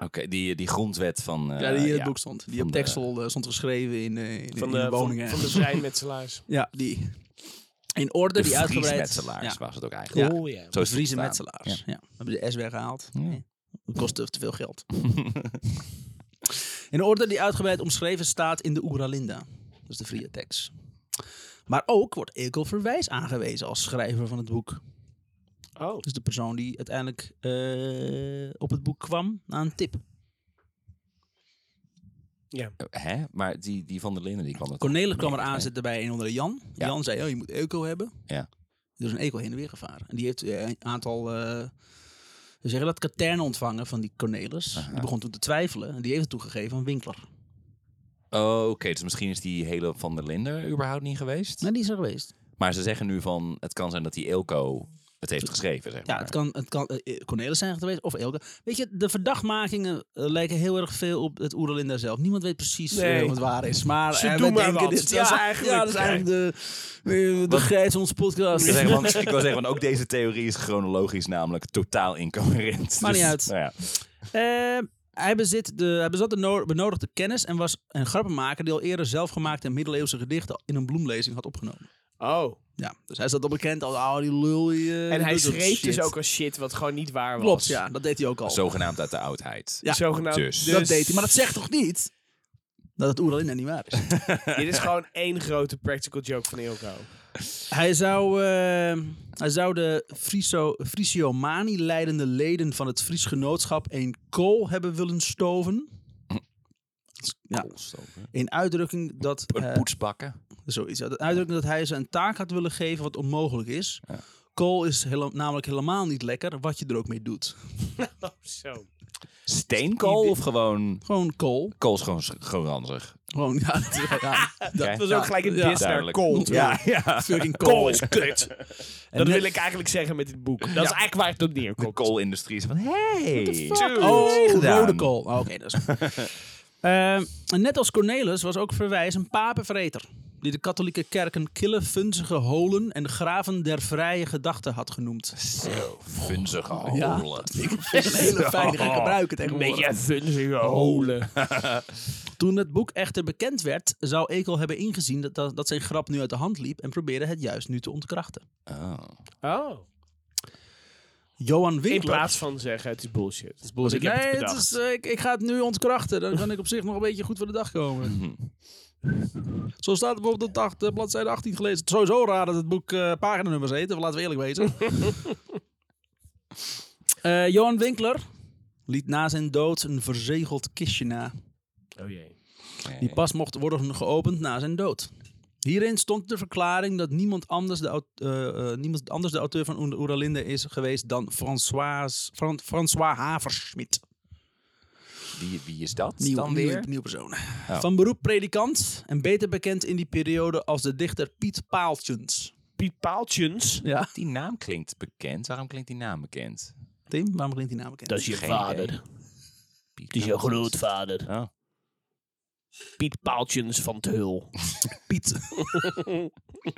[SPEAKER 3] Oké, die, die grondwet van... eh,
[SPEAKER 2] ja, die in het boek stond. Die
[SPEAKER 3] Van
[SPEAKER 2] op
[SPEAKER 3] de-
[SPEAKER 2] Texel eh, stond geschreven in, eh, in,
[SPEAKER 1] Van
[SPEAKER 2] in
[SPEAKER 1] de, van,
[SPEAKER 2] woningen.
[SPEAKER 1] van de vrijmetselaars.
[SPEAKER 2] Ja, die. In orde,
[SPEAKER 3] De
[SPEAKER 2] die uitgebreid.
[SPEAKER 3] Friesmetselaars
[SPEAKER 2] Ja,
[SPEAKER 3] was het ook eigenlijk.
[SPEAKER 2] Ja.
[SPEAKER 1] Oh ja.
[SPEAKER 3] Zo
[SPEAKER 2] de
[SPEAKER 3] is het
[SPEAKER 2] Friese
[SPEAKER 3] ontstaan.
[SPEAKER 2] metselaars. Ja. We hebben de S weggehaald.
[SPEAKER 3] Ja.
[SPEAKER 2] Nee. Dat kostte te veel geld. in orde die uitgebreid omschreven staat in de Oeralinda. Dat is de Fria tekst. Maar ook wordt Ekel Verwijs aangewezen als schrijver van het boek.
[SPEAKER 1] Oh.
[SPEAKER 2] Dus de persoon die uiteindelijk eh, op het boek kwam na een tip.
[SPEAKER 3] Hè? Maar die, die van der Linden, die kwam het.
[SPEAKER 2] Cornelis kwam er
[SPEAKER 3] Nee, nee.
[SPEAKER 2] aanzetten bij een onder de Jan.
[SPEAKER 3] Ja.
[SPEAKER 2] Jan zei, oh, je moet Ekel hebben.
[SPEAKER 3] Ja.
[SPEAKER 2] Er is een Ekel heen en weer gevaren. En die heeft eh, een aantal, eh we zeggen dat, katernen ontvangen van die Cornelis. Die begon toen te twijfelen. En die heeft het toegegeven aan Winkler.
[SPEAKER 3] Oh, Oké, dus misschien is die hele van der Linden überhaupt niet geweest.
[SPEAKER 2] Maar die is er geweest.
[SPEAKER 3] Maar ze zeggen nu van, het kan zijn dat die Eelco het heeft geschreven, zeg maar.
[SPEAKER 2] Ja, het kan, het kan eh, Cornelis zijn geweest of Elke. Weet je, de verdachtmakingen eh, lijken heel erg veel op het Oeralinda zelf. Niemand weet precies eh,
[SPEAKER 1] Nee.
[SPEAKER 2] wat waar is. Maar
[SPEAKER 1] Ze
[SPEAKER 2] eh, we
[SPEAKER 1] doen maar
[SPEAKER 2] denken
[SPEAKER 1] wat.
[SPEAKER 2] dit-
[SPEAKER 1] Dat
[SPEAKER 2] ja,
[SPEAKER 1] is eigenlijk-
[SPEAKER 2] ja, dat is eigenlijk de, eh, de geit van ons podcast.
[SPEAKER 3] Ze zeggen van, ik wil zeggen, van, ook deze theorie is chronologisch namelijk totaal incoherent.
[SPEAKER 2] Maar niet uit.
[SPEAKER 3] nou ja.
[SPEAKER 2] Eh, hij, bezit de, hij bezat de no- benodigde kennis en was een grappenmaker die al eerder zelfgemaakte middeleeuwse gedichten in een bloemlezing had opgenomen.
[SPEAKER 1] Oh.
[SPEAKER 2] Ja, dus hij zat al bekend als, oh die lul. die, eh,
[SPEAKER 1] En hij
[SPEAKER 2] doet dat
[SPEAKER 1] schreef dus
[SPEAKER 2] shit."
[SPEAKER 1] ook als shit wat gewoon niet waar was.
[SPEAKER 2] Klopt, ja, dat deed hij ook al.
[SPEAKER 3] Zogenaamd uit de oudheid.
[SPEAKER 2] Ja,
[SPEAKER 1] Zogenaamd.
[SPEAKER 3] Dus.
[SPEAKER 1] Dus.
[SPEAKER 2] Dat deed hij, maar dat zegt toch niet dat het Oeralinda niet waar is?
[SPEAKER 1] Dit is gewoon één grote practical joke van Ilko.
[SPEAKER 2] Hij zou, eh, hij zou de Friso, Frisiomani leidende leden van het Fries genootschap een kool hebben willen stoven. Ja.
[SPEAKER 3] Koolstoven.
[SPEAKER 2] In uitdrukking dat...
[SPEAKER 3] Een
[SPEAKER 2] eh,
[SPEAKER 3] poetsbakken.
[SPEAKER 2] zoiets. Ja, de uitdrukking dat hij ze een taak had willen geven wat onmogelijk is.
[SPEAKER 3] Ja.
[SPEAKER 2] Kool is hele- namelijk helemaal niet lekker, wat je er ook mee doet.
[SPEAKER 1] Oh, zo.
[SPEAKER 3] Steenkool of gewoon...
[SPEAKER 2] Gewoon kool.
[SPEAKER 3] Kool is gewoon, gewoon ranzig.
[SPEAKER 2] Gewoon, ja, ja,
[SPEAKER 3] Oké.
[SPEAKER 2] dat
[SPEAKER 1] Dat was ook gelijk een
[SPEAKER 2] ja.
[SPEAKER 1] dis naar
[SPEAKER 3] duidelijk.
[SPEAKER 1] Cole.
[SPEAKER 3] Ja, ja.
[SPEAKER 2] Fucking kool.
[SPEAKER 1] Cole is kut.
[SPEAKER 2] Oh, En
[SPEAKER 1] Dat
[SPEAKER 2] net-
[SPEAKER 1] wil ik eigenlijk zeggen met dit boek. Dat is eigenlijk waar het op
[SPEAKER 3] De
[SPEAKER 1] neerkomt.
[SPEAKER 3] koolindustrie is van, hey.
[SPEAKER 1] fuck?
[SPEAKER 2] Oh,
[SPEAKER 3] gedaan.
[SPEAKER 2] rode kool. Oh, Oké, dat is goed. Ehm, en net als Cornelis was ook Verwijs een papenvreter. die de katholieke kerken kille, vunzige holen en graven der vrije gedachten had genoemd.
[SPEAKER 3] Zo, vunzige
[SPEAKER 2] Ja,
[SPEAKER 3] holen.
[SPEAKER 2] Een hele fijne gebruiken
[SPEAKER 1] Oh, Een
[SPEAKER 2] tegenwoordig. Oh.
[SPEAKER 1] beetje vunzige holen.
[SPEAKER 2] Toen het boek echter bekend werd, zou Ekel hebben ingezien dat- dat, dat zijn grap nu uit de hand liep en probeerde het juist nu te ontkrachten.
[SPEAKER 3] Oh.
[SPEAKER 1] Oh.
[SPEAKER 2] Johan
[SPEAKER 1] In
[SPEAKER 2] Winkler...
[SPEAKER 1] plaats van zeggen, het is bullshit. Het is
[SPEAKER 2] Nee,
[SPEAKER 1] bullshit. Ik heb het
[SPEAKER 2] het
[SPEAKER 1] bedacht.
[SPEAKER 2] is, eh, ik, ik ga het nu ontkrachten. Dan kan ik op zich nog een beetje goed voor de dag komen. Zo staat het bijvoorbeeld op de acht- eh, bladzijde 18 gelezen. Het is sowieso raar dat het boek eh paginanummers heet. want Laten we eerlijk wezen. Eh, Johan Winkler liet na zijn dood een verzegeld kistje na.
[SPEAKER 1] Oh jee.
[SPEAKER 2] Die pas mocht worden geopend na zijn dood. Hierin stond de verklaring dat niemand anders de, au- eh, eh, niemand anders de auteur van Oer- Oeralinde is geweest dan François, Fran- François Haversmit.
[SPEAKER 3] Wie, wie is dat
[SPEAKER 2] Nieuw,
[SPEAKER 3] dan
[SPEAKER 2] nieuw-
[SPEAKER 3] weer?
[SPEAKER 2] nieuw persoon. Van beroep predikant en beter bekend in die periode als de dichter Piet Paaltjens.
[SPEAKER 1] Piet Paaltjens.
[SPEAKER 2] Ja.
[SPEAKER 3] Die naam klinkt bekend. Waarom klinkt die naam bekend?
[SPEAKER 2] Tim, waarom klinkt die naam bekend?
[SPEAKER 1] Dat is je
[SPEAKER 3] Geen
[SPEAKER 1] vader.
[SPEAKER 3] idee.
[SPEAKER 1] Het is je grootvader.
[SPEAKER 3] Oh.
[SPEAKER 1] Piet Paaltjens van te Hul.
[SPEAKER 2] Piet.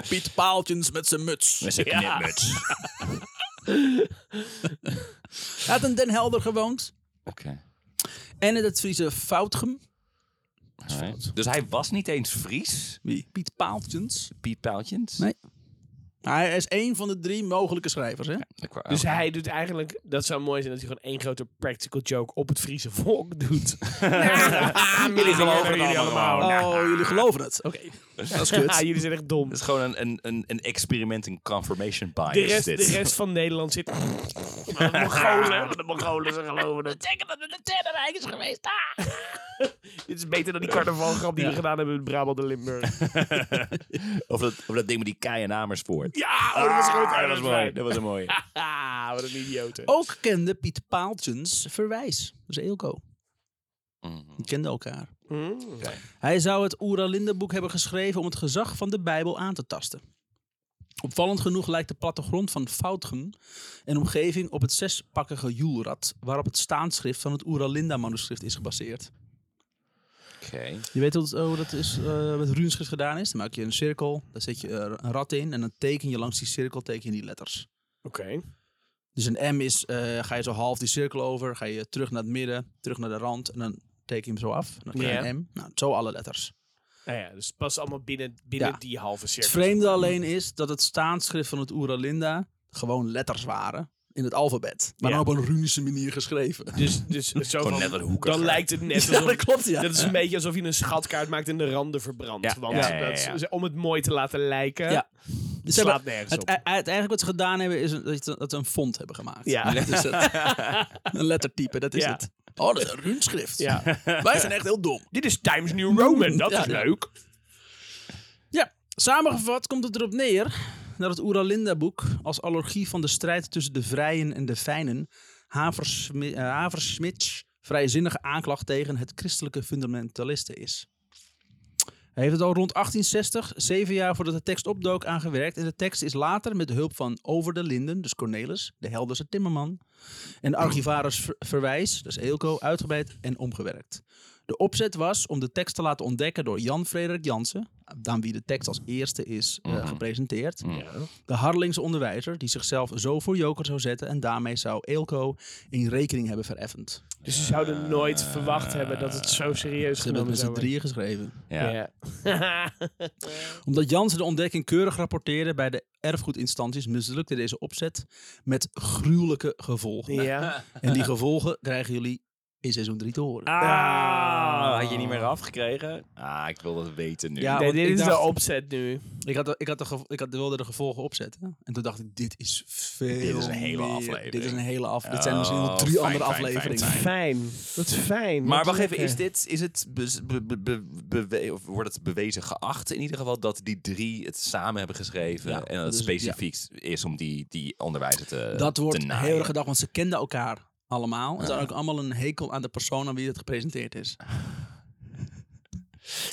[SPEAKER 2] Piet Paaltjens met zijn muts.
[SPEAKER 3] Met zijn
[SPEAKER 1] Ja.
[SPEAKER 3] knipmuts.
[SPEAKER 2] Hij had in Den Helder gewoond
[SPEAKER 3] Oké.
[SPEAKER 2] en in het Friese Foutgem.
[SPEAKER 3] Alright. Dus hij was niet eens Fries,
[SPEAKER 2] Wie? Piet Paaltjens.
[SPEAKER 3] Piet Paaltjens?
[SPEAKER 2] Nee. Hij is één van de drie mogelijke schrijvers. Hè?
[SPEAKER 3] Ik wou-
[SPEAKER 1] Dus hij doet eigenlijk, dat zou mooi zijn, dat hij gewoon één grote practical joke op het Friese volk doet. jullie
[SPEAKER 3] geloven het allemaal.
[SPEAKER 2] Oh, jullie geloven het. Oké, dat is
[SPEAKER 1] Ah,
[SPEAKER 2] kut.
[SPEAKER 1] jullie zijn echt dom.
[SPEAKER 3] Het is gewoon een, een, een, een experiment in confirmation bias.
[SPEAKER 1] De rest, de
[SPEAKER 3] dit.
[SPEAKER 1] rest van Nederland zit. de Mongolen, de Mongolen ze geloven het. Zeker dat het een terrorrijk is geweest. Ah. Dit is beter dan die carnavalgrap die we gedaan hebben in Brabant en Limburg.
[SPEAKER 3] Of, dat, of dat ding met die kei en Amersfoort.
[SPEAKER 1] Ja, oh, dat was goed.
[SPEAKER 3] Ah, dat was mooi. Dat was een mooie.
[SPEAKER 1] Ah, wat een idiote.
[SPEAKER 2] Ook kende Piet Paaltjens Verwijs. Dus Eelco.
[SPEAKER 3] Mhm.
[SPEAKER 2] Die kenden elkaar.
[SPEAKER 1] Mm.
[SPEAKER 2] Hij zou het Oeralinde-boek hebben geschreven om het gezag van de Bijbel aan te tasten. Opvallend genoeg lijkt de plattegrond van Foutgen en omgeving op het zespakkige joelrad, waarop het staanschrift van het Oeralinda-manuscrift is gebaseerd.
[SPEAKER 3] Oké.
[SPEAKER 2] Je weet hoe dat, hoe dat is, eh, met ruunschrift gedaan is? Dan maak je een cirkel, daar zet je eh, een rad in en dan teken je langs die cirkel teken je die letters.
[SPEAKER 1] Oké. Nou
[SPEAKER 2] Dus een M is, eh, ga je zo half die cirkel over, ga je terug naar het midden, terug naar de rand en dan teken je hem zo af. En dan krijg je
[SPEAKER 1] Ja.
[SPEAKER 2] een M. Nou, zo alle letters.
[SPEAKER 1] Nou ja, dus het past allemaal binnen, binnen
[SPEAKER 2] Ja.
[SPEAKER 1] die halve
[SPEAKER 2] Het
[SPEAKER 1] cirkel.
[SPEAKER 2] vreemde alleen is dat het staanschrift van het Oeralinda gewoon letters waren in het alfabet. Maar
[SPEAKER 1] Ja.
[SPEAKER 2] dan op een runische manier geschreven.
[SPEAKER 1] Dus, dus zo
[SPEAKER 3] Gewoon
[SPEAKER 1] van,
[SPEAKER 3] net een hoeker.
[SPEAKER 1] dan lijkt het net alsof...
[SPEAKER 2] Ja, dat klopt, ja.
[SPEAKER 1] Dat is een beetje alsof je een schatkaart maakt en de randen verbrandt.
[SPEAKER 3] Ja,
[SPEAKER 1] Want
[SPEAKER 3] ja, ja, ja,
[SPEAKER 1] dat is-
[SPEAKER 3] ja.
[SPEAKER 1] om het mooi te laten lijken,
[SPEAKER 2] Ja.
[SPEAKER 1] dat
[SPEAKER 2] Ze hebben-
[SPEAKER 1] slaat nergens
[SPEAKER 2] het,
[SPEAKER 1] op.
[SPEAKER 2] e- uiteindelijk wat ze gedaan hebben is een- dat ze dat ze een font hebben gemaakt.
[SPEAKER 1] Ja.
[SPEAKER 2] Dat is het. een lettertype, dat is
[SPEAKER 1] Ja.
[SPEAKER 2] het. Oh, dat is een runschrift.
[SPEAKER 1] Ja.
[SPEAKER 2] Wij zijn echt heel dom.
[SPEAKER 1] Dit is Times New Roman, dat
[SPEAKER 2] Ja,
[SPEAKER 1] is
[SPEAKER 2] ja.
[SPEAKER 1] leuk.
[SPEAKER 2] Ja, samengevat komt het erop neer dat het Oeralinda-boek als allergie van de strijd tussen de vrijen en de fijnen Haversmi- eh, Haversmits vrijzinnige aanklacht tegen het christelijke fundamentalisten is. Hij heeft het al rond 1860, zeven jaar voordat de tekst opdook, aangewerkt. En de tekst is later met de hulp van Over de Linden, dus Cornelis, de Helderse Timmerman, en de archivaris Ver- Verwijs, dus Eelco, uitgebreid en omgewerkt. De opzet was om de tekst te laten ontdekken door Jan Frederik Jansen, aan wie de tekst als eerste is eh, gepresenteerd. De Harlingse onderwijzer, die zichzelf zo voor joker zou zetten en daarmee zou Eelco in rekening hebben vereffend.
[SPEAKER 1] Dus ze zouden nooit verwacht hebben dat het zo serieus
[SPEAKER 2] Ze hebben het
[SPEAKER 1] genomen
[SPEAKER 2] met z'n
[SPEAKER 1] zou worden.
[SPEAKER 2] drieën geschreven.
[SPEAKER 3] Ja.
[SPEAKER 1] Ja.
[SPEAKER 2] Omdat Jansen de ontdekking keurig rapporteerde bij de erfgoedinstanties, mislukte deze opzet met gruwelijke gevolgen.
[SPEAKER 1] ja.
[SPEAKER 2] En die gevolgen krijgen jullie in seizoen 3 te horen.
[SPEAKER 3] Ah, had je niet meer afgekregen? Ah, ik wil dat weten nu.
[SPEAKER 2] Ja,
[SPEAKER 1] Nee,
[SPEAKER 2] want
[SPEAKER 1] dit
[SPEAKER 2] ik
[SPEAKER 1] is de
[SPEAKER 2] dacht-
[SPEAKER 1] opzet nu.
[SPEAKER 2] Ik, had, de- ik, had de gevo- ik had, wilde de gevolgen opzetten. En toen dacht ik, dit is veel
[SPEAKER 3] Dit is een hele
[SPEAKER 2] meer-
[SPEAKER 3] aflevering.
[SPEAKER 2] Dit is een hele aflevering. dit zijn misschien wel
[SPEAKER 3] Oh,
[SPEAKER 2] drie
[SPEAKER 3] fijn,
[SPEAKER 2] andere
[SPEAKER 3] fijn, fijn,
[SPEAKER 2] afleveringen.
[SPEAKER 3] fijn.
[SPEAKER 1] Fijn. Wat fijn.
[SPEAKER 3] Maar
[SPEAKER 1] Wat
[SPEAKER 3] wacht even,
[SPEAKER 1] lekker.
[SPEAKER 2] eh,
[SPEAKER 3] is dit, is het be- be- be- be- bewe- of wordt het bewezen geacht in ieder geval dat die drie het samen hebben geschreven
[SPEAKER 2] Ja,
[SPEAKER 3] en dat
[SPEAKER 2] dat
[SPEAKER 3] het
[SPEAKER 2] is-
[SPEAKER 3] specifiek is om die, die onderwijzer te
[SPEAKER 2] Eh, Dat wordt
[SPEAKER 3] te
[SPEAKER 2] heel
[SPEAKER 3] naaien.
[SPEAKER 2] erg gedacht, want ze kenden elkaar allemaal. En ze hadden ook allemaal een hekel aan de persoon aan wie het gepresenteerd is.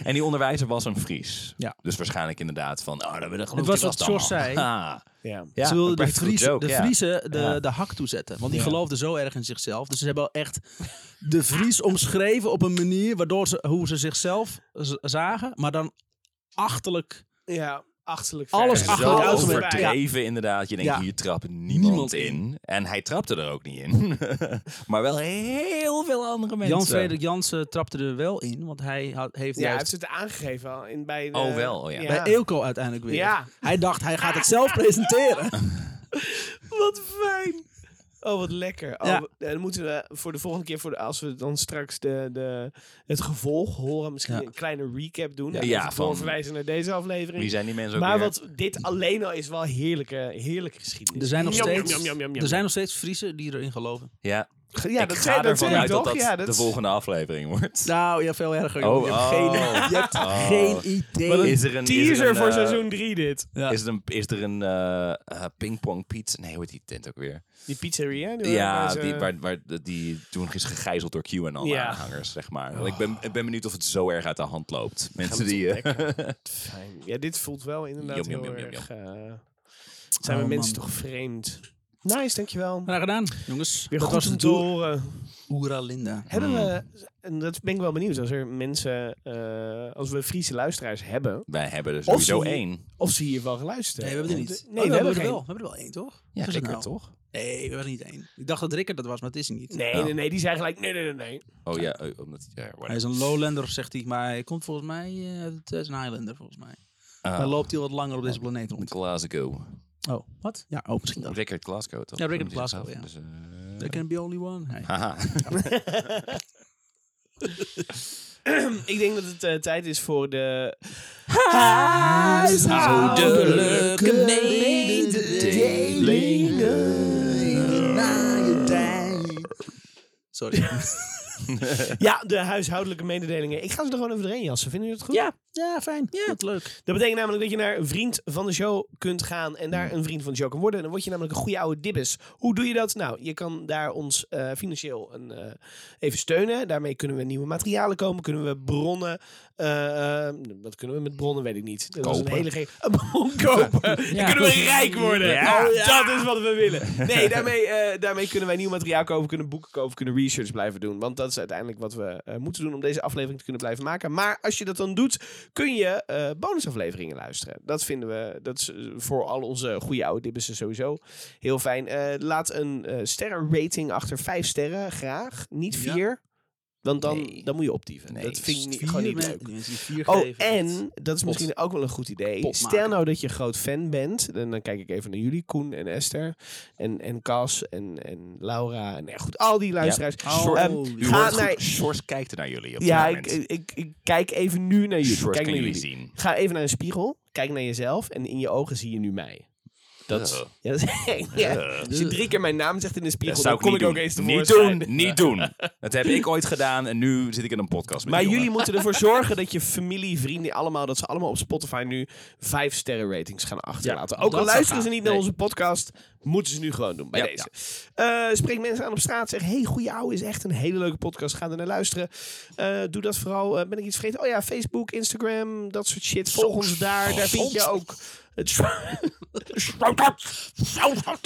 [SPEAKER 3] En die onderwijzer was een Fries.
[SPEAKER 2] Ja.
[SPEAKER 3] Dus waarschijnlijk inderdaad van, oh, dat, dat geloof
[SPEAKER 2] was
[SPEAKER 3] ik
[SPEAKER 2] wat
[SPEAKER 3] wel
[SPEAKER 2] George
[SPEAKER 3] dan.
[SPEAKER 2] zei.
[SPEAKER 3] Ah,
[SPEAKER 1] Ja.
[SPEAKER 3] ja,
[SPEAKER 2] ze wilden de,
[SPEAKER 3] een practical
[SPEAKER 2] Fries,
[SPEAKER 3] joke,
[SPEAKER 2] de
[SPEAKER 3] ja.
[SPEAKER 2] Vriezen de,
[SPEAKER 3] Ja.
[SPEAKER 2] de hak toezetten. Want die geloofden zo erg in zichzelf. Dus ze hebben wel echt de Vries omschreven op een manier waardoor ze, hoe ze zichzelf z- zagen. Maar dan achterlijk.
[SPEAKER 1] Ja, achterlijk ver.
[SPEAKER 2] Alles
[SPEAKER 1] En
[SPEAKER 3] En
[SPEAKER 2] achter
[SPEAKER 1] zo
[SPEAKER 3] zo
[SPEAKER 2] de auto
[SPEAKER 1] over-
[SPEAKER 2] met- ja.
[SPEAKER 3] overdreven inderdaad. Je denkt,
[SPEAKER 2] Ja.
[SPEAKER 3] hier trapt niemand,
[SPEAKER 2] Niemand
[SPEAKER 3] in.
[SPEAKER 2] in.
[SPEAKER 3] En hij trapte er ook niet in. maar wel heel veel andere mensen.
[SPEAKER 2] Jan Frederik Jansen trapte er wel in, want hij had, heeft
[SPEAKER 1] Ja, hij heeft
[SPEAKER 2] juist
[SPEAKER 1] het aangegeven al in, bij de,
[SPEAKER 3] Oh, wel, oh ja.
[SPEAKER 2] bij Eelco uiteindelijk weer.
[SPEAKER 1] Ja.
[SPEAKER 2] Hij dacht, hij gaat het zelf presenteren.
[SPEAKER 1] Wat fijn. Oh, wat lekker. Oh,
[SPEAKER 2] Ja.
[SPEAKER 1] we- Dan moeten we voor de volgende keer, voor de, als we dan straks de, de, het gevolg horen, misschien
[SPEAKER 2] Ja.
[SPEAKER 1] een kleine recap doen. En
[SPEAKER 3] Ja,
[SPEAKER 1] even
[SPEAKER 3] van-
[SPEAKER 1] doorverwijzen naar deze aflevering.
[SPEAKER 3] Wie zijn die mensen ook
[SPEAKER 1] maar
[SPEAKER 3] weer?
[SPEAKER 1] wat dit alleen al is wel heerlijke, heerlijke geschiedenis.
[SPEAKER 2] Er zijn nog
[SPEAKER 1] Jam, jam,
[SPEAKER 2] steeds,
[SPEAKER 1] jam, jam, jam, jam.
[SPEAKER 2] er zijn nog steeds Friesen die erin geloven.
[SPEAKER 3] Ja,
[SPEAKER 1] ja,
[SPEAKER 3] ik
[SPEAKER 1] dat zei-
[SPEAKER 3] ga
[SPEAKER 1] dat
[SPEAKER 3] ervan
[SPEAKER 1] zei ik
[SPEAKER 3] uit dat
[SPEAKER 1] toch?
[SPEAKER 3] dat
[SPEAKER 1] Ja, dat
[SPEAKER 3] de
[SPEAKER 1] is-
[SPEAKER 3] volgende aflevering wordt.
[SPEAKER 2] Nou, ja, veel erger.
[SPEAKER 3] Oh,
[SPEAKER 2] joh. je hebt,
[SPEAKER 3] oh.
[SPEAKER 2] geen, je hebt
[SPEAKER 3] Oh.
[SPEAKER 2] geen idee.
[SPEAKER 3] Wat een Is er een- is er
[SPEAKER 1] teaser
[SPEAKER 3] een,
[SPEAKER 1] voor
[SPEAKER 3] eh,
[SPEAKER 1] seizoen 3 dit.
[SPEAKER 2] Ja.
[SPEAKER 3] Is er een, is er een eh, eh, pingpong pizza? Nee, hoe heet die tent ook weer?
[SPEAKER 1] Die pizzeria. Die
[SPEAKER 3] Ja,
[SPEAKER 1] waar ze-
[SPEAKER 3] die, waar, waar, die toen is gegijzeld door
[SPEAKER 1] Ja.
[SPEAKER 3] QAnon-aanhangers, zeg maar. Want Ik, ben, ik ben benieuwd of het zo erg uit de hand loopt. Mensen
[SPEAKER 1] het
[SPEAKER 3] die... eh,
[SPEAKER 1] Fijn. Ja, dit voelt wel inderdaad
[SPEAKER 3] Jam, jam,
[SPEAKER 1] heel
[SPEAKER 3] jam, jam,
[SPEAKER 1] erg... eh, zijn we
[SPEAKER 2] Oh,
[SPEAKER 1] mensen
[SPEAKER 2] man.
[SPEAKER 1] toch vreemd. Nice, dankjewel.
[SPEAKER 2] Graag gedaan, jongens.
[SPEAKER 1] Weer
[SPEAKER 2] dat
[SPEAKER 1] goed
[SPEAKER 2] was
[SPEAKER 1] om
[SPEAKER 2] het
[SPEAKER 1] te
[SPEAKER 2] doel.
[SPEAKER 1] horen. Hmm.
[SPEAKER 2] Oera Linda.
[SPEAKER 1] Hebben we, en dat ben ik wel benieuwd, als er mensen, eh, als we Friese luisteraars hebben,
[SPEAKER 3] wij hebben er
[SPEAKER 1] Of
[SPEAKER 3] sowieso
[SPEAKER 1] ze-
[SPEAKER 3] één.
[SPEAKER 1] of ze hiervan geluisterd
[SPEAKER 2] Nee, we hebben er niet.
[SPEAKER 1] Nee,
[SPEAKER 2] Oh,
[SPEAKER 1] we hebben er
[SPEAKER 2] er wel.
[SPEAKER 1] wel.
[SPEAKER 2] We hebben er wel één, toch?
[SPEAKER 3] Ja,
[SPEAKER 2] Wat is het
[SPEAKER 3] Rickert,
[SPEAKER 2] nou?
[SPEAKER 3] toch?
[SPEAKER 2] Nee, we hebben er niet één. Ik dacht dat Rickert dat was, maar het is hij niet.
[SPEAKER 1] Nee,
[SPEAKER 3] Oh.
[SPEAKER 1] nee, nee, die zijn gelijk, nee, nee, nee, nee.
[SPEAKER 3] Oh ja, eh, omdat... Ja, whatever.
[SPEAKER 2] Hij is een lowlander, zegt hij, maar hij komt volgens mij eh, uit hij is een highlander, volgens mij.
[SPEAKER 3] Ah,
[SPEAKER 2] Hij loopt hij wat langer op deze planeet rond.
[SPEAKER 3] Glasgow.
[SPEAKER 2] Oh, wat? Ja, oh, misschien dat.
[SPEAKER 3] Rickard Glasgow, toch?
[SPEAKER 2] Ja, Rickard
[SPEAKER 3] Noemt hij
[SPEAKER 2] Glasgow,
[SPEAKER 3] zichzelf?
[SPEAKER 2] ja.
[SPEAKER 3] Dus, eh,
[SPEAKER 2] There can be only one. Hey.
[SPEAKER 3] haha.
[SPEAKER 1] Ik denk dat het eh, tijd is voor de...
[SPEAKER 2] Huishoudelijke
[SPEAKER 3] mededelingen.
[SPEAKER 2] Na je tijd. Sorry.
[SPEAKER 1] Ja, de huishoudelijke mededelingen. Ik ga ze er gewoon even doorheen jassen, vinden jullie het goed?
[SPEAKER 2] ja, ja, fijn. Ja, wat leuk.
[SPEAKER 1] Dat betekent namelijk dat je naar een vriend van de show kunt gaan en daar een vriend van de show kan worden. Dan word je namelijk een goede oude dibbes. Hoe doe je dat? Nou, je kan daar ons eh, financieel een, eh, even steunen. Daarmee kunnen we nieuwe materialen komen. Kunnen we bronnen. eh, eh, wat kunnen we met bronnen? Weet ik niet. Dat was een
[SPEAKER 3] Kopen.
[SPEAKER 1] hele ge- een bron kopen. Dan kunnen we rijk worden.
[SPEAKER 3] Ja.
[SPEAKER 1] Oh, Dat is wat we willen. Nee, daarmee, eh, daarmee kunnen wij nieuw materiaal kopen, kunnen boeken kopen, kunnen research blijven doen. Want dat is uiteindelijk wat we eh, moeten doen om deze aflevering te kunnen blijven maken. Maar als je dat dan doet, kun je eh, bonusafleveringen luisteren. Dat vinden we, dat is eh, voor al onze goede oude dibbissen sowieso heel fijn. Eh, laat een eh, sterrenrating achter vijf sterren, graag. Niet
[SPEAKER 2] Ja.
[SPEAKER 1] vier, want dan,
[SPEAKER 3] Nee.
[SPEAKER 1] dan moet je optieven.
[SPEAKER 3] Nee,
[SPEAKER 1] dat vind ik niet,
[SPEAKER 2] Vier
[SPEAKER 1] gewoon niet
[SPEAKER 2] mensen-
[SPEAKER 1] leuk.
[SPEAKER 2] die mensen die vier
[SPEAKER 1] Oh,
[SPEAKER 2] geven,
[SPEAKER 1] en, dat is misschien ook wel een goed idee.
[SPEAKER 2] Pot
[SPEAKER 1] Stel
[SPEAKER 2] maken.
[SPEAKER 1] nou dat je groot fan bent. En dan kijk ik even naar jullie, Koen en Esther. En, en Cas en, en Laura. En eh, goed, al die luisteraars.
[SPEAKER 2] Oh,
[SPEAKER 3] Short-
[SPEAKER 1] Ehm,
[SPEAKER 2] holy
[SPEAKER 3] U
[SPEAKER 1] ga
[SPEAKER 3] hoort
[SPEAKER 1] naar-
[SPEAKER 3] goed, Sjors kijkt er naar jullie op
[SPEAKER 1] Ja,
[SPEAKER 3] dit
[SPEAKER 1] ik, eh,
[SPEAKER 3] moment.
[SPEAKER 1] ik, ik kijk even nu naar jullie.
[SPEAKER 3] Sjors
[SPEAKER 1] Kijk
[SPEAKER 3] kan
[SPEAKER 1] naar
[SPEAKER 3] jullie
[SPEAKER 1] jullie.
[SPEAKER 3] zien.
[SPEAKER 1] Ga even naar een spiegel. Kijk naar jezelf. En in je ogen zie je nu mij. Dat is...
[SPEAKER 3] Ugh.
[SPEAKER 1] Ja, dat is- ja. Als je drie keer mijn naam zegt in de
[SPEAKER 3] Dat
[SPEAKER 1] spiegel,
[SPEAKER 3] zou
[SPEAKER 1] dan
[SPEAKER 3] ik
[SPEAKER 1] kom
[SPEAKER 3] niet
[SPEAKER 1] ik
[SPEAKER 3] doen.
[SPEAKER 1] ook eens
[SPEAKER 3] Niet
[SPEAKER 1] tevoorschijn.
[SPEAKER 3] doen, niet doen. Dat heb ik ooit gedaan en nu zit ik in een podcast met
[SPEAKER 1] Maar
[SPEAKER 3] die
[SPEAKER 1] jullie
[SPEAKER 3] jongen.
[SPEAKER 1] moeten ervoor zorgen dat je familie, vrienden, allemaal, dat ze allemaal op Spotify nu vijf sterren ratings gaan achterlaten.
[SPEAKER 2] Ja,
[SPEAKER 1] Ook
[SPEAKER 2] dat
[SPEAKER 1] al
[SPEAKER 2] zou
[SPEAKER 1] luisteren ze
[SPEAKER 2] gaan.
[SPEAKER 1] niet naar
[SPEAKER 2] Nee.
[SPEAKER 1] onze podcast, moeten ze nu gewoon doen bij
[SPEAKER 3] Ja,
[SPEAKER 1] deze. Eh, spreek mensen aan op straat, zeg, hey, goeie ouwe is echt een hele leuke podcast, ga er naar luisteren. Eh, doe dat vooral. Eh, ben ik iets vergeten? Oh ja, Facebook, Instagram, dat soort shit. Volg ons daar, daar vind je ook het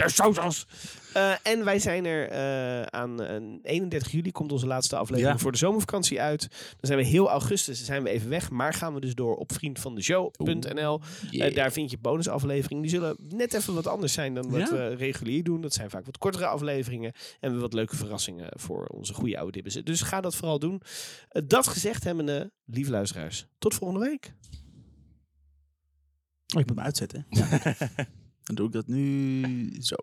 [SPEAKER 1] sausas. Eh en wij zijn er eh, aan eh, 31 juli komt onze laatste aflevering
[SPEAKER 2] Ja.
[SPEAKER 1] voor de zomervakantie uit. Dan zijn we heel augustus zijn we even weg, maar gaan we dus door op vriendvandeshow.nl. Eh,
[SPEAKER 3] Yeah.
[SPEAKER 1] daar vind je bonusafleveringen. Die zullen net even wat anders zijn dan wat
[SPEAKER 2] Ja.
[SPEAKER 1] we regulier doen. Dat zijn vaak wat kortere afleveringen en wat leuke verrassingen voor onze goede oude dibbissen. Dus ga dat vooral doen. Eh, dat gezegd hebbende, lieve luisteraars, tot volgende week.
[SPEAKER 2] Oh, ik moet me uitzetten. Ja. Dan doe ik dat nu zo.